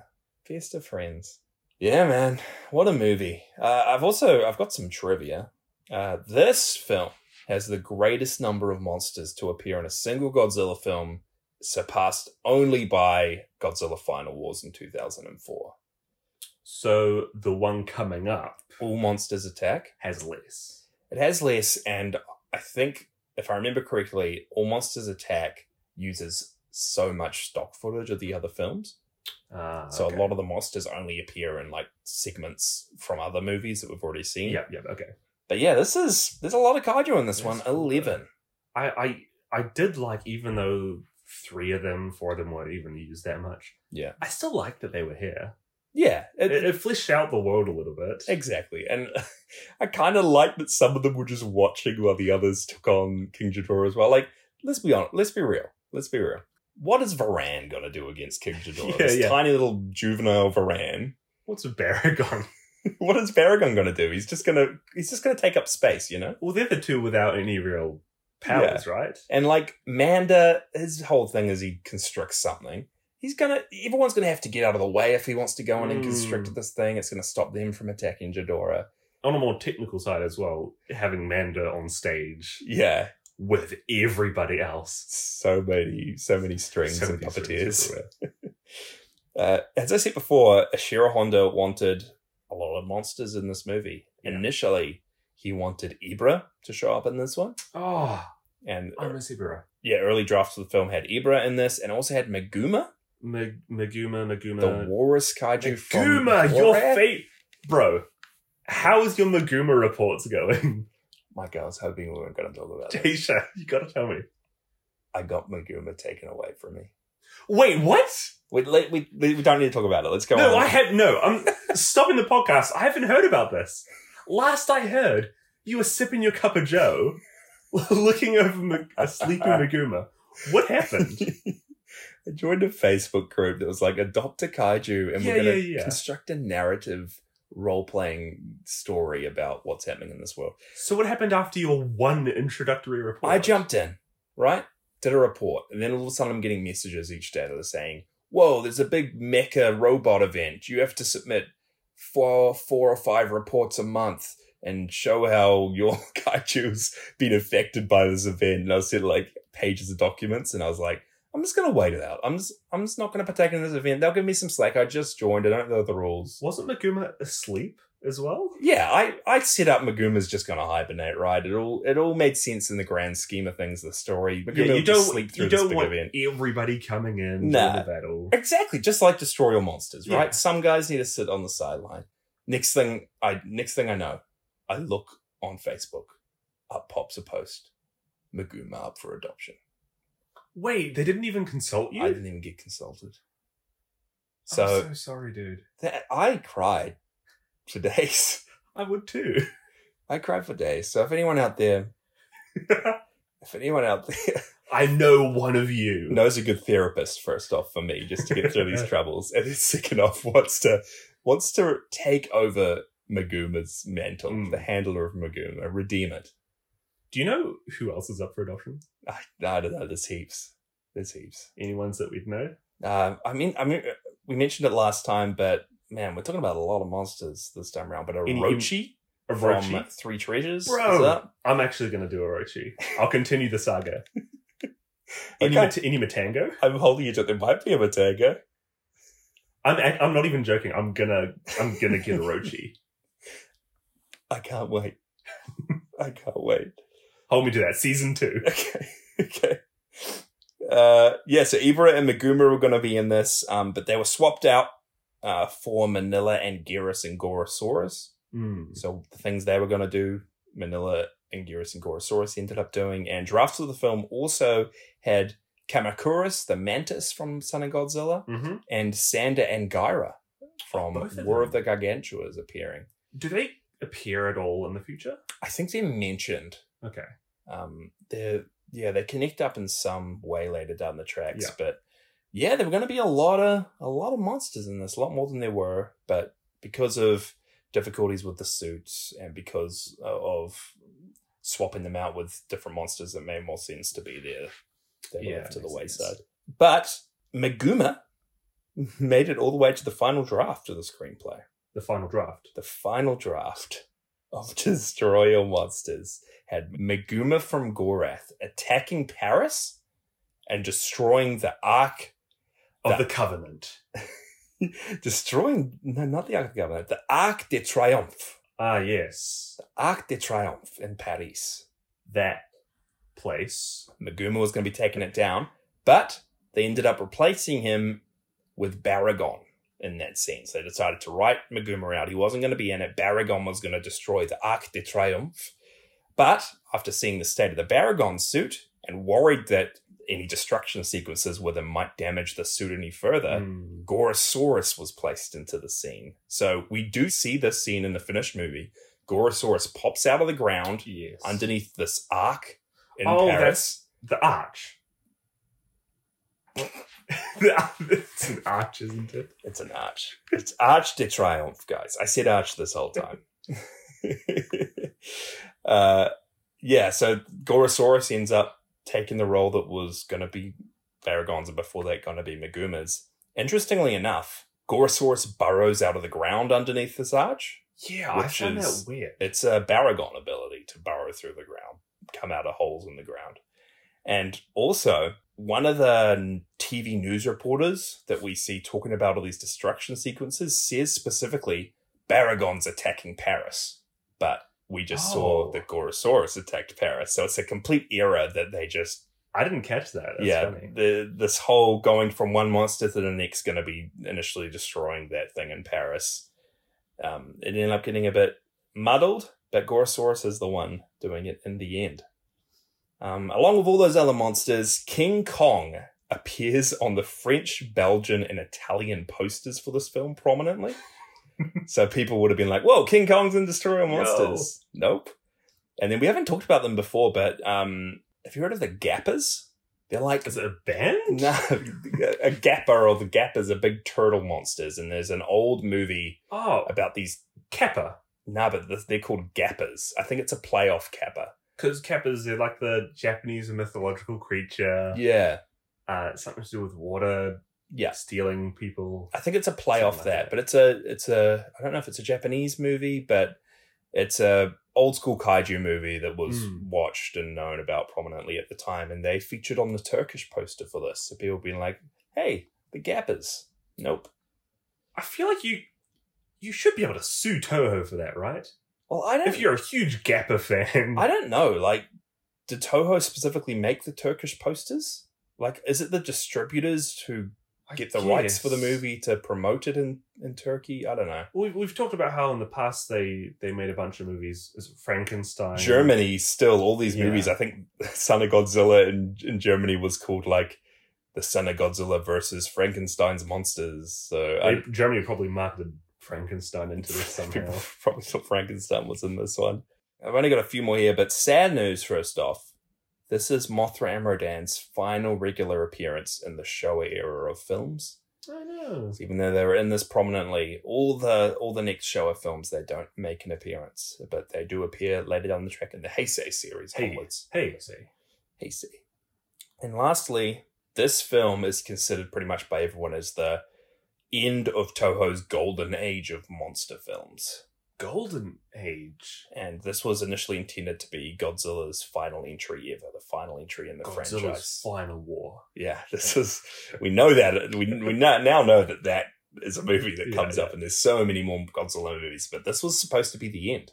S3: best of friends. Yeah, man, what a movie! Uh, I've also I've got some trivia. Uh, this film has the greatest number of monsters to appear in a single Godzilla film, surpassed only by Godzilla Final Wars in two thousand and four.
S2: So the one coming up
S3: All monsters attack.
S2: has less.
S3: It has less, and I think if I remember correctly, All Monsters Attack uses so much stock footage of the other films.
S2: Ah,
S3: So
S2: okay.
S3: a lot of the monsters only appear in like segments from other movies that we've already seen.
S2: Yep, yep, okay.
S3: But yeah, this is there's a lot of kaiju in this one.
S2: Yes.
S3: Eleven.
S2: I, I I did like even though three of them, four of them weren't even used that much.
S3: Yeah.
S2: I still like that they were here.
S3: Yeah.
S2: It,
S3: It,
S2: it fleshed out the world a little bit.
S3: exactly. And <laughs> I kinda like that some of them were just watching while the others took on King Ghidorah as well. Like, let's be honest, let's be real. Let's be real. What is Varan gonna do against
S2: <laughs>
S3: King Ghidorah?
S2: Yeah,
S3: this
S2: yeah.
S3: tiny little juvenile Varan. <laughs>
S2: What's a Baragon?
S3: what is Baragon gonna do? He's just gonna he's just gonna take up space, you know?
S2: <laughs> Well, they're the two without any real powers, right?
S3: And like Manda, his whole thing is he constricts something. He's gonna everyone's gonna have to get out of the way if he wants to go in and constrict
S2: Mm.
S3: this thing. It's gonna stop them from attacking Jadora.
S2: On a more technical side as well, having Manda on stage
S3: Yeah.
S2: with everybody else.
S3: So many so many strings
S2: So
S3: and
S2: many strings
S3: puppeteers.
S2: everywhere.
S3: <laughs> Uh, as I said before, Ashira Honda wanted a lot of monsters in this movie.
S2: Yeah.
S3: Initially, he wanted Ibra to show up in this one.
S2: Oh,
S3: And uh,
S2: I miss Ibira.
S3: yeah, early drafts of the film had Ibra in this and also had Maguma,
S2: Mag- Maguma, Maguma.
S3: the walrus kaiju from
S2: Maguma, your
S3: Borat.
S2: fate. Bro, how is your Maguma reports going? <laughs>
S3: Mike, I was hoping we weren't going to talk about it.
S2: Tisha, you gotta tell me.
S3: I got Maguma taken away from me.
S2: Wait, what?
S3: We, let- we, we we don't need to talk about it. Let's go
S2: no,
S3: on. <laughs>
S2: I had no. I'm stopping the podcast. I haven't heard about this. Last I heard, you were sipping your cup of Joe, <laughs> looking over Mag- a
S3: <laughs>
S2: sleeping Maguma. What happened?
S3: I joined a Facebook group that was like adopt a kaiju and
S2: Yeah,
S3: we're going to
S2: yeah, yeah.
S3: construct a narrative role playing story about what's happening in this world.
S2: So what happened after your one introductory report?
S3: I jumped in, right? Did a report, and then all of a sudden I'm getting messages each day that are saying, "Whoa, there's a big mecha robot event. You have to submit four, four or five reports a month and show how your <laughs> kaiju's been affected by this event." And I sent like pages of documents, and I was like, "I'm just gonna wait it out. I'm just, I'm just not gonna partake in this event. They'll give me some slack. I just joined. I don't know the rules."
S2: Wasn't Maguma asleep as well?
S3: Yeah, I, I set up Maguma's just gonna hibernate, right? It all it all made sense in the grand scheme of things, the story. Maguma
S2: yeah,
S3: will
S2: you
S3: just
S2: don't.
S3: sleep through
S2: you
S3: this
S2: don't
S3: big
S2: want
S3: event.
S2: everybody coming in
S3: Nah.
S2: during the battle.
S3: Exactly, just like destroy all monsters,
S2: Yeah.
S3: right? Some guys need to sit on the sideline. Next thing I next thing I know, I look on Facebook, up pops a post, Maguma up for adoption.
S2: Wait, they didn't even consult you.
S3: I didn't even get consulted.
S2: I'm
S3: So
S2: so sorry, dude.
S3: that, I cried for <laughs> days.
S2: I would too.
S3: <laughs> I cried for days. So if anyone
S2: <laughs>
S3: out there, if anyone out there
S2: I know one of you.
S3: knows a good therapist first off for me just to get
S2: <laughs>
S3: through these troubles and then second off wants to wants to take over maguma's mantle
S2: Mm.
S3: the handler of maguma redeem it Ah,
S2: Do you know who else is up for adoption?
S3: i, I don't know there's heaps there's heaps
S2: Any ones that we'd know?
S3: uh, i mean i mean we mentioned it last time but man we're talking about a lot of monsters this time around but a
S2: Any-
S3: rochi from
S2: Orochi.
S3: three treasures
S2: Bro.
S3: is up.
S2: I'm actually going to do <laughs> Orochi. I'll continue the saga. Any,
S3: Okay.
S2: Mat- any Matango?
S3: i'm holding you to there might be a matanga
S2: I'm ac- I'm not even joking. I'm gonna I'm gonna get <laughs> Orochi.
S3: i can't wait <laughs> i can't wait
S2: Hold me to that. Season two.
S3: <laughs> Okay. Okay. Uh, yeah, so Ibra and Maguma were going to be in this, um, but they were swapped out uh, for Manila and Geras and Gorosaurus.
S2: Mm.
S3: So the things they were going to do, Manila and Geras and Gorosaurus ended up doing. And drafts of the film also had Kamakuras, the mantis from Son of Godzilla,
S2: hmm
S3: and Sander and Gyra from
S2: Oh, Both of
S3: War of the
S2: them.
S3: Gargantuas appearing.
S2: Do they appear at all in the future?
S3: I think they're mentioned
S2: Okay.
S3: um they're yeah they connect up in some way later down the tracks
S2: Yeah.
S3: but yeah there were going to be a lot of a lot of monsters in this a lot more than there were but because of difficulties with the suits and because uh, of swapping them out with different monsters that made more sense to be there. They were
S2: Yeah,
S3: left to the
S2: makes sense.
S3: wayside. But Meguma made it all the way to the final draft of the screenplay
S2: The final draft.
S3: the final draft of <laughs> Destroy All Monsters had Meguma from Gorath attacking Paris and destroying the Ark, <laughs>
S2: Of
S3: That-
S2: the Covenant.
S3: destroying, no, not the Ark of the Covenant, the Arc de Triomphe,
S2: Ah, yes.
S3: Arc de Triomphe in Paris.
S2: That place.
S3: Meguma was going to be taking it down, but they ended up replacing him with Baragon in that sense. They decided to write Meguma out. He wasn't going to be in it. Baragon was going to destroy the Arc de Triomphe. But after seeing the state of the Baragon suit and worried that any destruction sequences with him might damage the suit any further,
S2: Mm.
S3: Gorosaurus was placed into the scene. So we do see this scene in the finished movie. Gorosaurus pops out of the ground
S2: Yes.
S3: underneath this arc in
S2: Oh,
S3: Paris.
S2: that's- the arch. <laughs> it's an arch, isn't it?
S3: It's an arch. It's Arch de Triomphe, guys. I said arch this whole time. uh, yeah, so Gorosaurus ends up taking the role that was going to be Varagon's and before that going to be Meguma's. Interestingly enough, Gorosaurus burrows out of the ground underneath this arch.
S2: Yeah, I
S3: Which
S2: found
S3: is-
S2: that weird.
S3: It's a Baragon ability to burrow through the ground, come out of holes in the ground. And also, one of the TV news reporters that we see talking about all these destruction sequences says specifically Baragon's attacking Paris. But we just
S2: Oh.
S3: saw that Gorosaurus attacked Paris. So it's a complete error that they just
S2: I didn't catch that. That's
S3: yeah,
S2: funny.
S3: the, this whole going from one monster to the next going to be initially destroying that thing in Paris. Um, it ended up getting a bit muddled, but Gorosaurus is the one doing it in the end. Um, along with all those other monsters, King Kong appears on the French, Belgian, and Italian posters for this film
S2: <laughs>
S3: prominently. so people would have been like, "Whoa, King Kong's in Destroy All
S2: Yo.
S3: Monsters." Nope. And then we haven't talked about them before, but um, have you heard of the Gappers? They're like
S2: Is it a band?
S3: <laughs> no, a gapper or the gappers are big turtle monsters, and there's an old movie
S2: Oh,
S3: about these.
S2: Kappa.
S3: Nah, but th- they're called gappers. I think it's a playoff kappa.
S2: Because Kappas, they're uh, like the Japanese mythological creature.
S3: Yeah,
S2: Uh, something to do with water,
S3: yeah.
S2: stealing people.
S3: I think it's a playoff
S2: Something like
S3: that,
S2: that.
S3: but it's a it's a I don't know if it's a Japanese movie, but it's a old school kaiju movie that was
S2: Mm.
S3: watched and known about prominently at the time, and they featured on the Turkish poster for this. So people being like, "Hey, the gappers." Nope.
S2: I feel like you you should be able to sue Toho for that, right?
S3: Well, I don't.
S2: If you're a huge Gappa fan.
S3: I don't know. Like, did Toho specifically make the Turkish posters? Like, is it the distributors who
S2: I
S3: get the rights
S2: guess.
S3: for the movie to promote it in, in Turkey? I don't know.
S2: We've, we've talked about how in the past they, they made a bunch of movies. Is it Frankenstein.
S3: Germany still, all these
S2: Yeah.
S3: movies, I think Son of Godzilla in, in Germany was called like the Son of Godzilla versus Frankenstein's monsters. So
S2: They,
S3: I
S2: Germany probably marketed Frankenstein into <laughs> this somehow.
S3: <laughs> people probably thought Frankenstein was in this one. I've only got a few more here, but sad news first off. This is Mothra Amradan's final regular appearance in the Showa era of films.
S2: I know.
S3: even though they were in this prominently all the all the next showa films they don't make an appearance but they do appear later down the track in the heisei series
S2: Hey.
S3: onwards
S2: Hey, see.
S3: heisei and lastly this film is considered pretty much by everyone as the end of toho's golden age of monster films
S2: Golden Age.
S3: and this was initially intended to be godzilla's final entry ever the final entry in the
S2: Godzilla's
S3: franchise
S2: Final War.
S3: Yeah, <laughs> this is. We know that we we now, now know that that is a movie that
S2: Yeah,
S3: comes
S2: yeah.
S3: up, and there's so many more Godzilla movies. But this was supposed to be the end,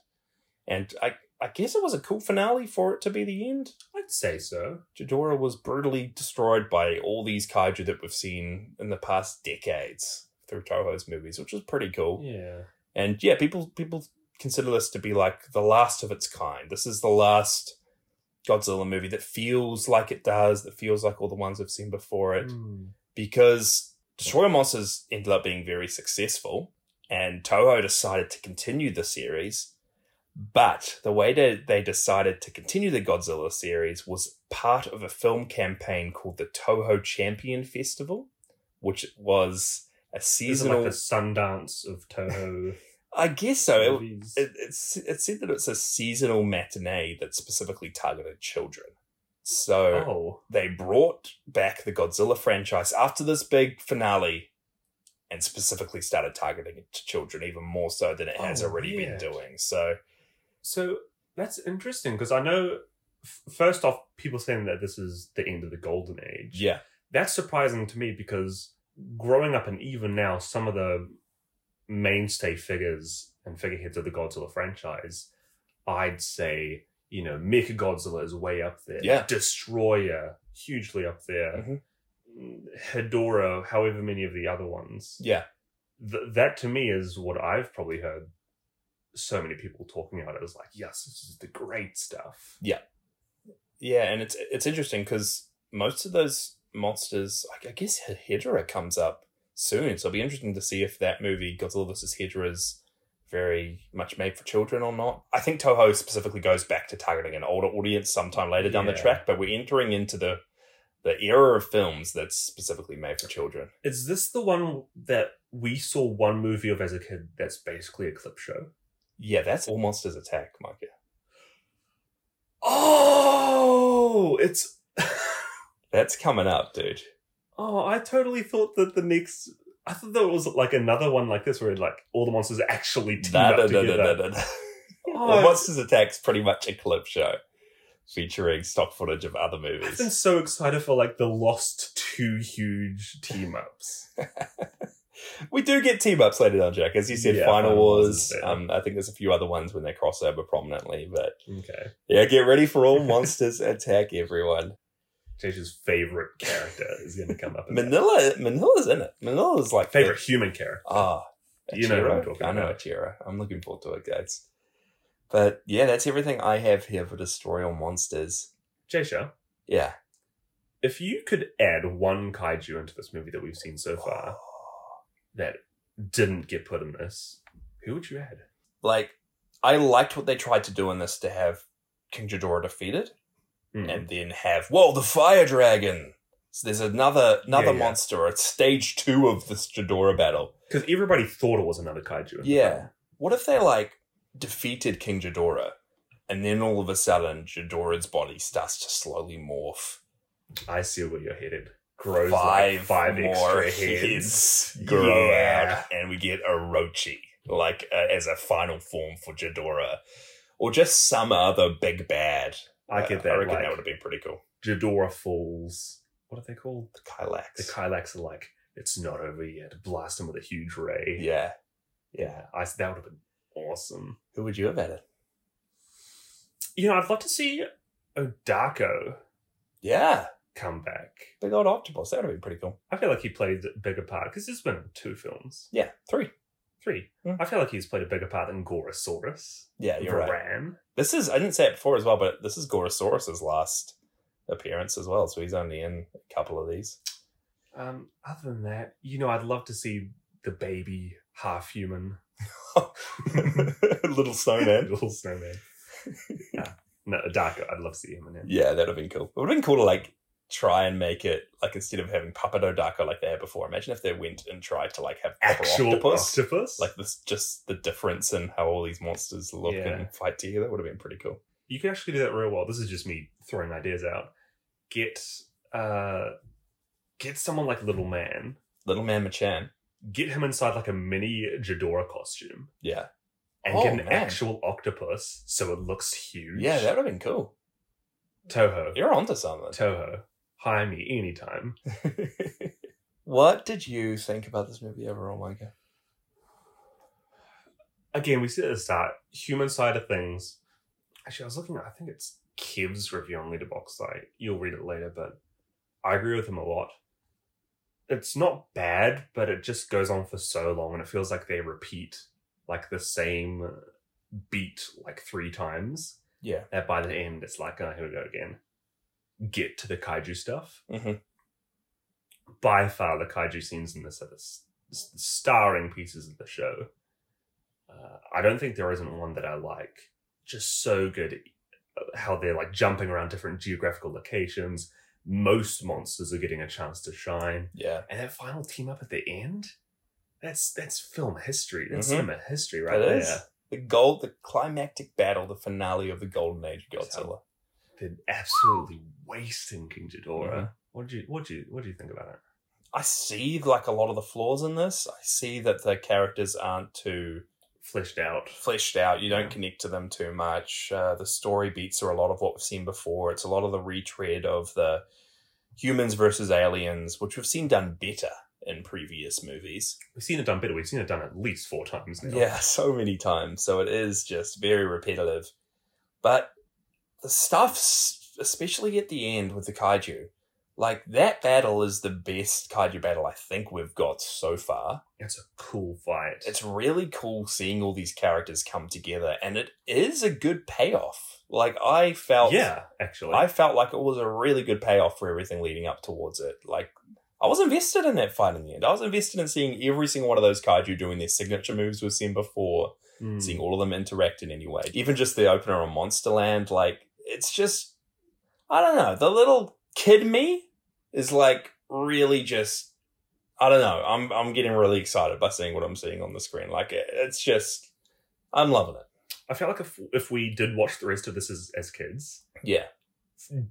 S3: and I I guess it was a cool finale for it to be the end.
S2: I'd say so.
S3: Ghidorah was brutally destroyed by all these kaiju that we've seen in the past decades through Toho's movies, which was pretty cool.
S2: Yeah.
S3: And yeah, people people consider this to be like the last of its kind. This is the last Godzilla movie that feels like it does, that feels like all the ones we've seen before it
S2: Hmm.
S3: because Destroy All Monsters ended up being very successful, and Toho decided to continue the series. But the way that they decided to continue the Godzilla series was part of a film campaign called the Toho Champion Festival, which was a
S2: These
S3: seasonal.
S2: are like the Sundance of Toho.
S3: I guess <laughs> so. It,
S2: movies.
S3: it, it's, it said that it's a seasonal matinee that specifically targeted children. So
S2: oh,
S3: they brought back the Godzilla franchise after this big finale and specifically started targeting it to children even more so than it has
S2: Oh,
S3: already
S2: weird.
S3: been doing. So
S2: so that's interesting because I know. f- First off, people saying that this is the end of the golden age.
S3: yeah.
S2: that's surprising to me because growing up and even now, some of the mainstay figures and figureheads of the Godzilla franchise, I'd say, you know, Mecha Godzilla is way up there.
S3: Yeah.
S2: Destroyer, hugely up there.
S3: Mhm.
S2: Hedora, however many of the other ones.
S3: Yeah.
S2: Th- that to me is what I've probably heard so many people talking about. It was like, yes, this is the great stuff.
S3: Yeah, and it's it's interesting because most of those monsters, I I guess Hedorah comes up soon, so it'll be interesting to see if that movie Godzilla vs Hedorah is very much made for children or not. I think Toho specifically goes back to targeting an older audience sometime later down the
S2: Yeah.
S3: track, but we're entering into the the era of films that's specifically made for children.
S2: Is this the one that we saw one movie of as a kid that's basically a clip show?
S3: Yeah, that's all monsters attack, Micah.
S2: Oh, it's. <laughs>
S3: That's coming up, dude.
S2: oh, I totally thought that the next. I thought that was like another one like this where like all the monsters actually team
S3: Da,
S2: up
S3: da, da,
S2: together.
S3: da, da, da, da. <laughs>
S2: Oh,
S3: Well, Monsters Attack's pretty much a clip show featuring stock footage of other
S2: I've been
S3: movies.
S2: so excited for like the lost two huge team ups.
S3: we do get team ups later on, Jack. As you said,
S2: Yeah,
S3: Final
S2: Final
S3: Wars.
S2: Wars is there.
S3: Um, I think there's a few other ones when they cross over prominently, but
S2: okay,
S3: yeah, get ready
S2: <laughs>
S3: for all Monsters Attack, everyone.
S2: Jash's favorite character is going to come up. in that.
S3: Manila, Manila's in it. Manila's like the-
S2: Favorite human character.
S3: Ah,
S2: You know who I'm
S3: Akira?
S2: talking
S3: I know
S2: about.
S3: Akira. I'm looking forward to it, guys. But yeah, that's everything I have here for Destroy All Monsters.
S2: Jasha,
S3: Yeah.
S2: if you could add one kaiju into this movie that we've seen so far that didn't get put in this, who would you add?
S3: Like, I liked what they tried to do in this to have King Ghidorah defeated.
S2: Hmm.
S3: and then have whoa the fire dragon. So there's another another
S2: Yeah, yeah.
S3: monster. It's stage two of this Jadora battle.
S2: Because everybody thought it was another kaiju.
S3: Yeah. What if they like defeated King Jadora, and then all of a sudden Jadora's body starts to slowly morph.
S2: I see where you're headed. Grows
S3: five
S2: like five
S3: more
S2: extra heads.
S3: heads grow
S2: Yeah.
S3: out, and we get Orochi like uh, as a final form for Jadora, or just some other big bad.
S2: I get that.
S3: I reckon
S2: like,
S3: that would have been pretty cool.
S2: Jadora falls. What are they called?
S3: The Kylax.
S2: The Kylax are like, it's not over yet. Blast him with a huge ray.
S3: yeah.
S2: Yeah. I, that would have been awesome.
S3: Who would you have added?
S2: You know, I'd love to see Odako
S3: Yeah,
S2: come back.
S3: big old octopus. That would be pretty cool.
S2: I feel like he played a bigger part because there's been two films,
S3: Yeah, three.
S2: three.
S3: Hmm.
S2: I feel like he's played a bigger part than Gorosaurus,
S3: Yeah, you're right.
S2: Varan.
S3: This is I didn't say it before as well, but this is Gorosaurus's last appearance as well, so he's only in a couple of these. <laughs>
S2: Um, other than that, you know, I'd love to see the baby half human
S3: Little snowman.
S2: <laughs> little snowman.
S3: <laughs>
S2: yeah. No, Darko. I'd love to see him in it.
S3: Yeah, that'd have been cool. It would have been cool to like try and make it like instead of having Papa Dodaka like they had before. Imagine if they went and tried to like have proper
S2: Actual octopus.
S3: octopus. Like this, just the difference in how all these monsters look
S2: Yeah.
S3: and fight together would have been pretty cool.
S2: you can actually do that real well. This is just me throwing ideas out. Get uh, get someone like Little Man.
S3: Little Man Machan.
S2: Get him inside like a mini Jadora costume
S3: Yeah.
S2: and
S3: Oh,
S2: get an
S3: man.
S2: actual octopus so it looks huge.
S3: Yeah, that would have been cool.
S2: Toho.
S3: You're onto something.
S2: Toho. Hire me anytime.
S3: <laughs>
S2: <laughs>
S3: what did you think about this movie overall, Micah?
S2: again, we see it at the start, human side of things. Actually, I was looking at, I think it's Kev's review on Letterboxd. I, you'll read it later, but I agree with him a lot. It's not bad, but it just goes on for so long and it feels like they repeat like the same beat like three times.
S3: Yeah.
S2: That by the end, it's like, oh, here we go again. Get to the kaiju stuff.
S3: Mhm.
S2: By far, the kaiju scenes in this are the s- s- starring pieces of the show. Uh, I don't think there isn't one that I like. Just so good at how they're like jumping around different geographical locations. Most monsters are getting a chance to shine.
S3: Yeah.
S2: And that final team up at the end, That's that's film history. That's
S3: Mhm.
S2: cinema history, right
S3: That
S2: there.
S3: is the gold, the climactic battle, the finale of the Golden Age of Godzilla.
S2: Been absolutely wasting King Ghidorah.
S3: Mm-hmm.
S2: What do you what do you what do you think about it?
S3: I see like a lot of the flaws in this. I see that the characters aren't too
S2: Fleshed out.
S3: fleshed out. You
S2: Yeah.
S3: don't connect to them too much. Uh, the story beats are a lot of what we've seen before. It's a lot of the retread of the humans versus aliens, which we've seen done better in previous movies.
S2: We've seen it done better. We've seen it done at least four times now.
S3: Yeah, <laughs> so many times. So it is just very repetitive. But the stuff, s- especially at the end with the kaiju, like that battle is the best kaiju battle I think we've got so far.
S2: It's a cool fight.
S3: It's really cool seeing all these characters come together, and it is a good payoff. Like I felt,
S2: yeah, actually.
S3: I felt like it was a really good payoff for everything leading up towards it. Like I was invested in that fight in the end. I was invested in seeing every single one of those kaiju doing their signature moves we've seen before
S2: Mm.
S3: seeing all of them interact in any way. Even just the opener on Monsterland, like it's just I don't know. The little kid me is like really just I don't know. I'm I'm getting really excited by seeing what I'm seeing on the screen. Like it, it's just I'm loving it.
S2: I feel like if if we did watch the rest of this as, as kids,
S3: Yeah.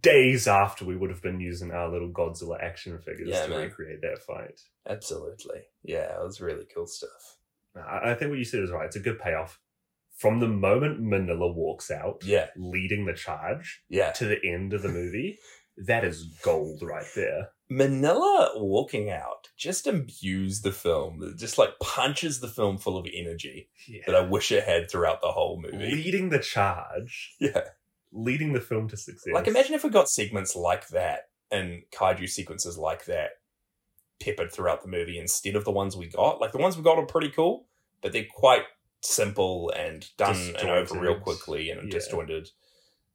S2: days after we would have been using our little Godzilla action figures
S3: Yeah,
S2: to
S3: man.
S2: recreate that fight.
S3: Absolutely. Yeah, it was really cool stuff.
S2: I, I think what you said is right. It's a good payoff. From the moment Manila walks out,
S3: Yeah.
S2: leading the charge
S3: Yeah.
S2: to the end of the movie, that is gold right there.
S3: Manila walking out just imbues the film. It just like punches the film full of energy that I
S2: Yeah.
S3: wish it had throughout the whole movie.
S2: Leading the charge,
S3: Yeah.
S2: leading the film to success.
S3: Like, imagine if we got segments like that and kaiju sequences like that peppered throughout the movie instead of the ones we got. Like, the ones we got are pretty cool, but they're quite simple and done and over
S2: Disjointed.
S3: real quickly and
S2: Yeah.
S3: disjointed.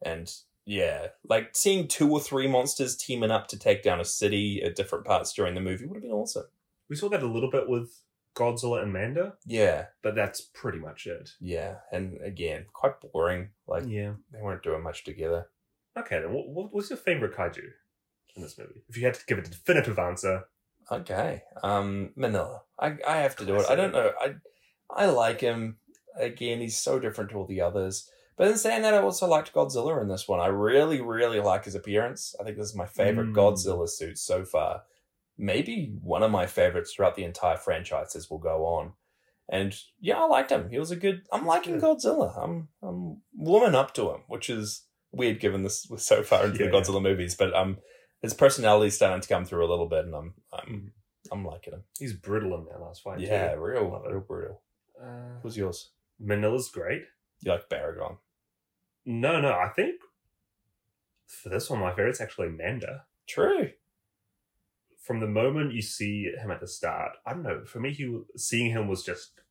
S3: And yeah, like seeing two or three monsters teaming up to take down a city at different parts during the movie would have been awesome.
S2: we saw that a little bit with Godzilla and Manda,
S3: Yeah,
S2: but that's pretty much it.
S3: yeah. And again, quite boring. Like,
S2: yeah.
S3: they weren't doing much together.
S2: Okay, then what, what was your favorite kaiju in this movie? If you had to give a definitive answer,
S3: Okay. Um, Manila. I, I have to do it. I
S2: Classic.
S3: don't know. I I like him. Again, he's so different to all the others. But in saying that, I also liked Godzilla in this one. I really, really like his appearance. I think this is my favorite
S2: Mm.
S3: Godzilla suit so far. Maybe one of my favorites throughout the entire franchise as we'll go on. And yeah, I liked him. He was a good. I'm liking
S2: Yeah.
S3: Godzilla. I'm I'm warming up to him, which is weird given this <laughs> we're so far into
S2: Yeah,
S3: the
S2: yeah.
S3: Godzilla movies. But um, his personality's starting to come through a little bit, and I'm I'm
S2: Mm.
S3: I'm liking him.
S2: he's brittle in that last fight.
S3: yeah, real
S2: Love it.
S3: real brutal.
S2: too. Uh,
S3: Who's yours?
S2: Manila's great.
S3: You like Baragon?
S2: No, no, I think for this one, my favorite's actually Manda. <laughs>
S3: True. <laughs>
S2: From the moment you see him at the start, I don't know. For me, he seeing him was just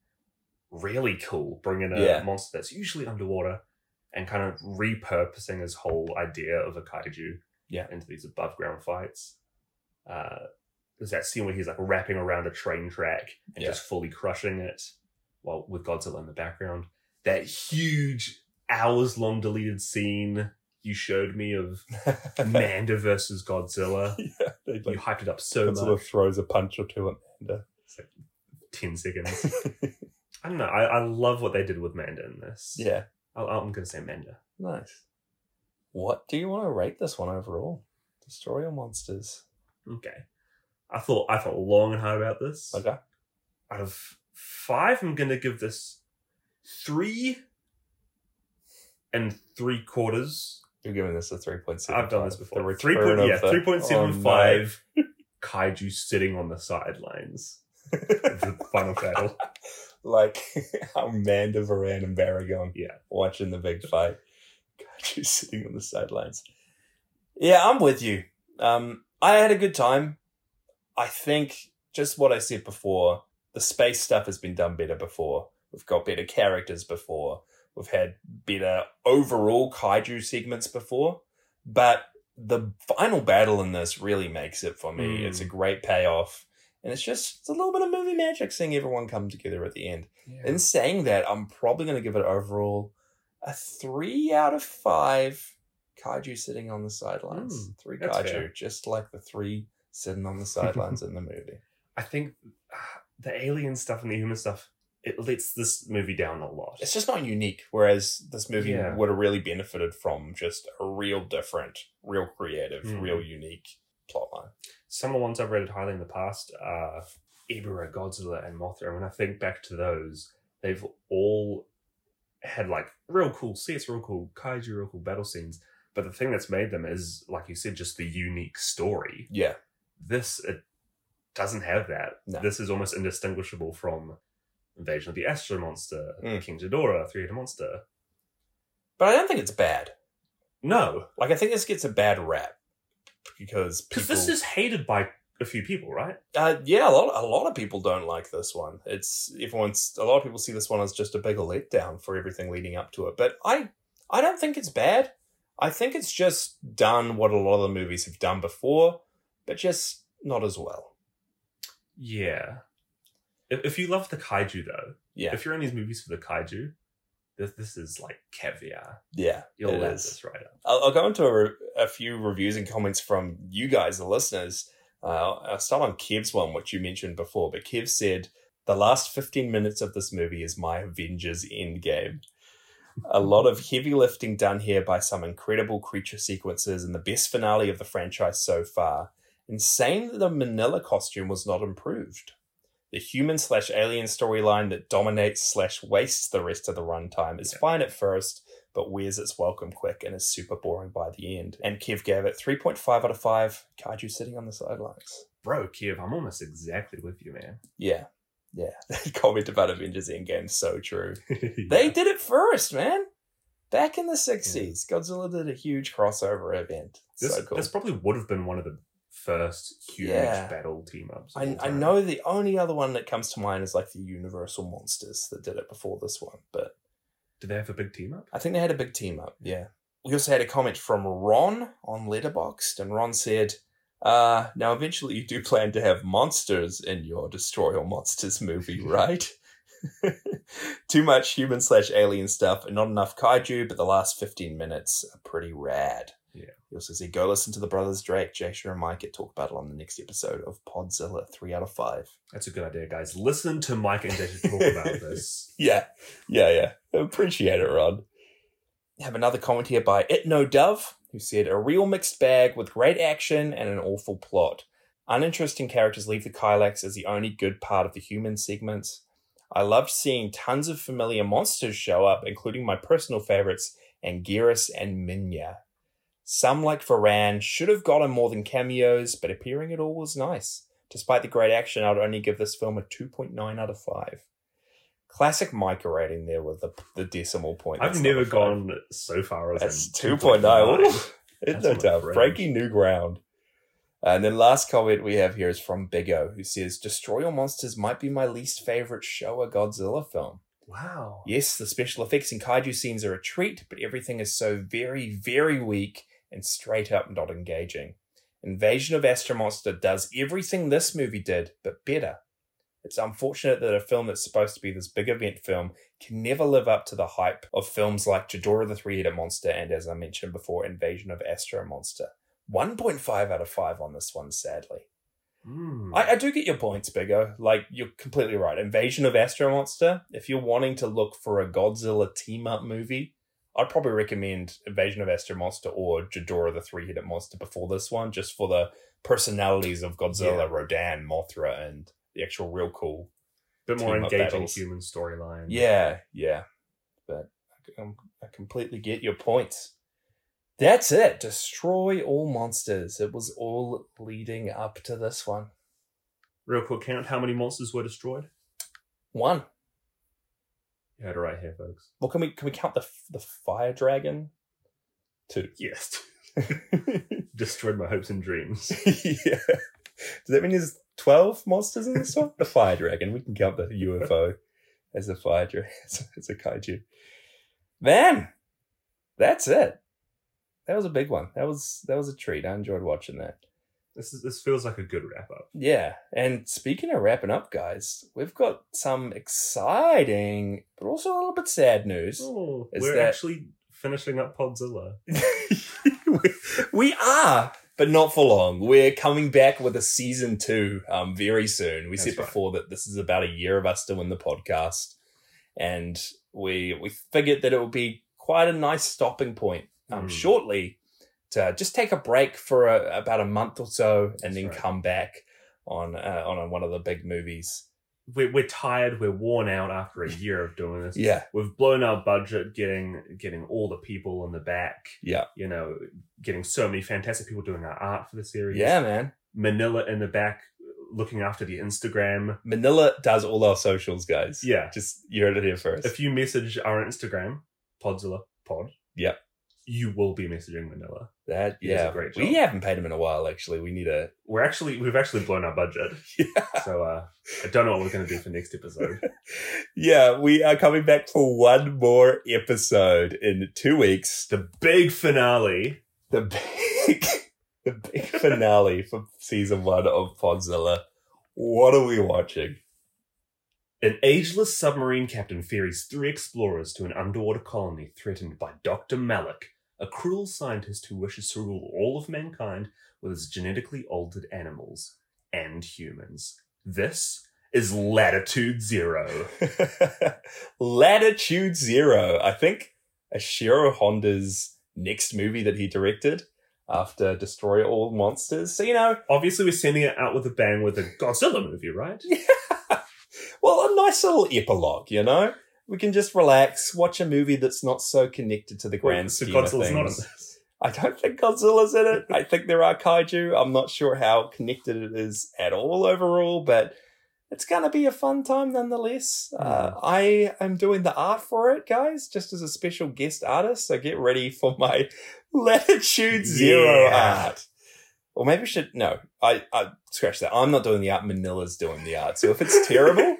S2: really cool. Bringing a
S3: Yeah.
S2: monster that's usually underwater and kind of repurposing his whole idea of a kaiju
S3: Yeah.
S2: into these above ground fights. Uh, there's that scene where he's like wrapping around a train track and
S3: Yeah.
S2: just fully crushing it, while with Godzilla in the background. That huge hours long deleted scene you showed me
S3: <laughs>
S2: of
S3: yeah,
S2: Manda versus Godzilla.
S3: they'd
S2: You
S3: like
S2: hyped it up so
S3: Godzilla
S2: much.
S3: throws a punch or two at Manda.
S2: It's like 10 seconds. I don't know. I, I love what they did with Manda in this.
S3: <laughs> yeah,
S2: I, I'm going to say Manda.
S3: nice. What do you want to rate this one overall? The story or monsters?
S2: Okay. I thought I thought long and hard about this.
S3: Okay.
S2: Out of five, I'm going to give this three and three quarters.
S3: You're giving this a 3.75.
S2: I've done this
S3: The
S2: before. Three
S3: return
S2: point, yeah,
S3: of the-
S2: three point seven
S3: Oh, no.
S2: five kaiju sitting on the sidelines. of the
S3: <laughs>
S2: final battle.
S3: <laughs> like <laughs> Amanda Varan and Baragon.
S2: Yeah.
S3: Watching the big fight. <laughs> God, you sitting on the sidelines. Yeah, I'm with you. Um, I had a good time. I think just what I said before, the space stuff has been done better before. We've got better characters before. We've had better overall kaiju segments before. But the final battle in this really makes it for me.
S2: Mm.
S3: It's a great payoff. And it's just it's a little bit of movie magic seeing everyone come together at the end. In saying that, I'm probably going to give it overall a three out of five kaiju sitting on the sidelines. three
S2: Hmm, that's
S3: kaiju,
S2: fair. <laughs>
S3: just like the three sitting on the sidelines in the movie.
S2: I think uh, the alien stuff and the human stuff, it lets this movie down a lot.
S3: It's just not unique. Whereas this movie
S2: Yeah.
S3: would have really benefited from just a real different, real creative,
S2: Mm.
S3: real unique plotline.
S2: Some of the ones I've rated highly in the past are Ibira, Godzilla, and Mothra. And when I think back to those, they've all had like real cool sets, real cool kaiju, real cool battle scenes. But the thing that's made them is, like you said, just the unique story.
S3: Yeah.
S2: this it doesn't have that.
S3: No.
S2: This is almost indistinguishable from Invasion of the Astro Monster,
S3: Mm.
S2: King Ghidorah, Three-Headed Monster.
S3: But I don't think it's bad.
S2: No,
S3: Like I think this gets a bad rap because people,
S2: because this is hated by a few people, right?
S3: uh, yeah a lot a lot of people don't like this one. It's everyone's a lot of people see this one as just a bigger letdown for everything leading up to it. But I I don't think it's bad. I think it's just done what a lot of the movies have done before, but just not as well.
S2: Yeah. If, if you love the kaiju, though,
S3: Yeah,
S2: if you're in these movies for the kaiju, this, this is like caviar.
S3: yeah,
S2: You'll
S3: it
S2: love
S3: is.
S2: this right up.
S3: I'll, I'll go into a, re- a few reviews and comments from you guys, the listeners. Uh, I'll start on Kev's one, which you mentioned before. But Kev said, The last 15 minutes of this movie is my Avengers endgame. a lot of heavy lifting done here by some incredible creature sequences and the best finale of the franchise so far. Insane that the Manila costume was not improved. The human slash alien storyline that dominates slash wastes the rest of the runtime is fine at first, but wears its welcome quick and is super boring by the end. And Kev gave it 3.5 out of 5. Kaiju sitting on the sidelines.
S2: Bro, Kiev, I'm almost exactly with you, man. <laughs>
S3: Yeah. Yeah. <laughs> That comment about Avengers Endgame, so true. They
S2: Yeah.
S3: did it first, man. Back in the 60s, Godzilla did a huge crossover event.
S2: this,
S3: so cool.
S2: this probably would have been one of the first huge
S3: Yeah.
S2: battle team ups.
S3: I, I know the only other one that comes to mind is like the Universal Monsters that did it before this one, but
S2: Do they have a big team up?
S3: I think they had a big team up. Yeah. We also had a comment from Ron on Letterboxd, and Ron said, uh, "Now, eventually, you do <laughs> plan to have monsters in your Destroy All Monsters <laughs> movie, right? Too much human slash alien stuff, and not enough kaiju. But the last fifteen minutes are pretty rad."
S2: Yeah.
S3: He also said, "Go listen to the brothers Drake, Jasher, and Mike. Get talked about it on the next episode of Podzilla. Three out of five.
S2: That's a good idea, guys. Listen to Mike and Jason talk
S3: <laughs>
S2: about this.
S3: Yeah, yeah, yeah. Appreciate it, Rod. Have another comment here by It No Dove, who said a real mixed bag with great action and an awful plot. Uninteresting characters leave the Kylax as the only good part of the human segments. I loved seeing tons of familiar monsters show up, including my personal favorites, Anguirus and Minya. Some, like Varan, should have gotten more than cameos, but appearing at all was nice. Despite the great action, I'd only give this film a 2.9 out of 5. Classic Micah rating there with the, the decimal point.
S2: I've
S3: That's
S2: never
S3: not a five.
S2: gone so far as
S3: That's
S2: in
S3: 2.9. Ooh, It's
S2: That's
S3: no
S2: my
S3: doubt.
S2: friend.
S3: Breaking new ground. And then last comment we have here is from Big O, who says, Destroy All Monsters might be my least favorite Showa Godzilla film.
S2: Wow.
S3: Yes, the special effects and kaiju scenes are a treat, but everything is so very, very weak and straight up not engaging. Invasion of Astro Monster does everything this movie did, but better. It's unfortunate that a film that's supposed to be this big event film can never live up to the hype of films like Ghidorah the Three-Headed Monster and, as I mentioned before, Invasion of Astro Monster. 1.5 out of 5 on this one, sadly.
S2: Mm.
S3: I, I do get your points, Bigo. Like you're completely right. Invasion of Astro Monster. If you're wanting to look for a Godzilla team up movie, I'd probably recommend Invasion of Astro Monster or Ghidorah the Three Headed Monster before this one, just for the personalities of
S2: Yeah.
S3: Godzilla, Rodan, Mothra, and the actual real cool.
S2: bit more
S3: team up
S2: engaging
S3: battles.
S2: human storyline.
S3: Yeah, yeah. But I, com- I completely get your points. That's it. Destroy all monsters. It was all leading up to this one.
S2: Real quick count how many monsters were destroyed?
S3: One.
S2: You heard it right here, folks.
S3: Well, can we can we count the the fire dragon? Two. <laughs>
S2: Yes.
S3: yeah.
S2: Destroyed my hopes and dreams.
S3: Does that mean there's twelve monsters in this one? the fire dragon. We can count the UFO as a fire dragon. <laughs> As, as a kaiju. Man, that's it. That was a big one. That was that was a treat. I enjoyed watching that.
S2: This is, this feels like a good wrap up.
S3: Yeah. And speaking of wrapping up, guys, we've got some exciting but also a little bit sad news.
S2: Oh,
S3: Is
S2: we're
S3: that-
S2: actually finishing up Podzilla.
S3: <laughs> we are. but not for long. We're coming back with a season two um, very soon. We
S2: That's
S3: said
S2: right.
S3: before that this is about a year of us doing the podcast, and we we figured that it would be quite a nice stopping point um,
S2: Mm.
S3: shortly to just take a break for a, about a month or so, and
S2: That's
S3: then
S2: right.
S3: come back on uh, on one of the big movies.
S2: We're, we're tired. We're worn out after a year of doing this.
S3: Yeah,
S2: We've blown our budget getting getting all the people on the back.
S3: Yeah.
S2: You know, getting so many fantastic people doing our art for the series.
S3: yeah, man.
S2: Manila in the back looking after the Instagram.
S3: Manila does all our socials, guys.
S2: Yeah.
S3: Just you heard it here first.
S2: If you message our Instagram, Podzilla Pod.
S3: Yeah.
S2: You will be messaging Manila.
S3: that
S2: He does a
S3: yeah,
S2: great
S3: we
S2: job.
S3: haven't paid him in a while. Actually, we need a
S2: We're actually we've actually blown our
S3: <laughs>
S2: budget. So uh I don't know what we're gonna do for next episode.
S3: Yeah, we are coming back for one more episode in two weeks.
S2: The big finale.
S3: The big, <laughs> the big finale for season one of Podzilla. What are we watching? <laughs>
S2: An ageless submarine captain ferries three explorers to an underwater colony threatened by Dr. Malik, a cruel scientist who wishes to rule all of mankind with his genetically altered animals and humans. This is Latitude Zero.
S3: Latitude Zero. I think Ashiro Honda's next movie that he directed after Destroy All Monsters. So, you know,
S2: Obviously, we're sending it out with a bang with a Godzilla movie, right?
S3: well, a nice little epilogue, you know? We can just relax, watch a movie that's not so connected to the grand
S2: Wait, so
S3: scheme of
S2: Godzilla's
S3: things.
S2: not in this.
S3: I don't think Godzilla's
S2: <laughs>
S3: in it. I think there are kaiju. I'm not sure how connected it is at all overall, but it's going to be a fun time nonetheless. Uh,
S2: Hmm.
S3: I am doing the art for it, guys, just as a special guest artist. So get ready for my <laughs> Latitude Zero
S2: Yeah.
S3: art. Or maybe we should no. I, I scratch that. I'm not doing the art. Manila's doing the art. So if
S2: <laughs>
S3: it's terrible,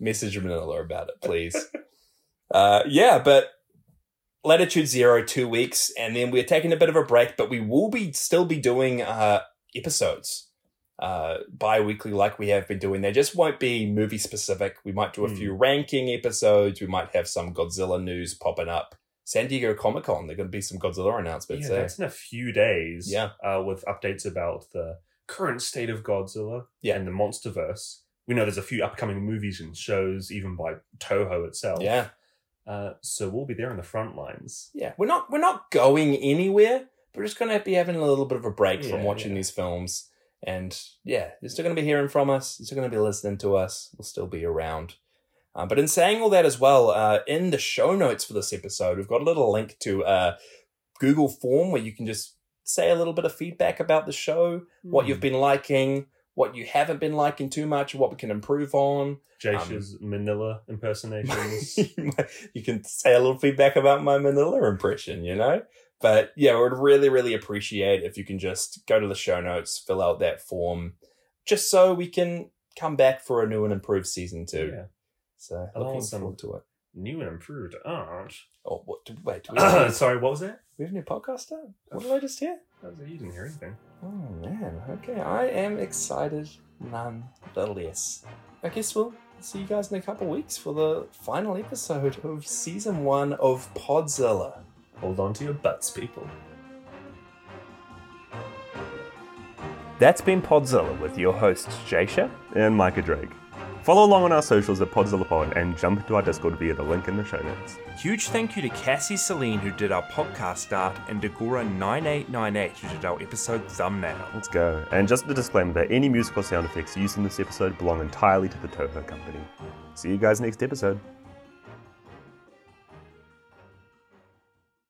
S3: message Manila about it, please. Uh, yeah, but latitude zero, two weeks, and then we're taking a bit of a break, but we will be still be doing uh, episodes uh, bi-weekly like we have been doing. They just won't be movie specific. We might do a
S2: Hmm.
S3: few ranking episodes. We might have some Godzilla news popping up. San Diego Comic Con, there are going to be some Godzilla announcements. eh?
S2: Yeah,
S3: there.
S2: that's in a few days.
S3: Yeah.
S2: Uh, with updates about the current state of Godzilla
S3: Yeah.
S2: and the MonsterVerse. We know there's a few upcoming movies and shows, even by Toho itself.
S3: yeah.
S2: Uh, so we'll be there on the front lines.
S3: Yeah, we're not we're not going anywhere. But we're just going to be having a little bit of a break from
S2: Yeah,
S3: watching
S2: yeah.
S3: these films, and yeah, you're still going to be hearing from us. You're still going to be listening to us. We'll still be around. Um, but in saying all that as well, uh, in the show notes for this episode, we've got a little link to uh, Google form where you can just say a little bit of feedback about the show, what
S2: Hmm. Mm.
S3: you've been liking, what you haven't been liking too much, what we can improve on.
S2: Jasha's
S3: um,
S2: Manila impersonations.
S3: <laughs> you can say a little feedback about my Manila impression, you know? But yeah, I would really, really appreciate if you can just go to the show notes, fill out that form, just so we can come back for a new and improved season two.
S2: Yeah.
S3: So looking
S2: Awesome.
S3: forward to it.
S2: New and improved
S3: <clears throat>
S2: art. <coughs>
S3: Oh, what, do-
S2: <clears throat>
S3: wait, do we, have,
S2: Sorry, what was that?
S3: we have a new podcast out? What did I just hear?
S2: That was- You didn't hear anything.
S3: Oh man, okay, I am excited nonetheless. I guess we'll see you guys in a couple weeks for the final episode of season one of Podzilla.
S2: Hold on to your butts, people.
S4: That's been Podzilla with your hosts Jasha and Micah Drake. Follow along on our socials at Podzilla Pod and jump into our Discord via the link in the show notes.
S1: Huge thank you to Cassie Celine, who did our podcast art, and Degora9898, who did our episode thumbnail.
S4: Let's go. And just a disclaimer that any musical sound effects used in this episode belong entirely to the Toho Company. See you guys next episode.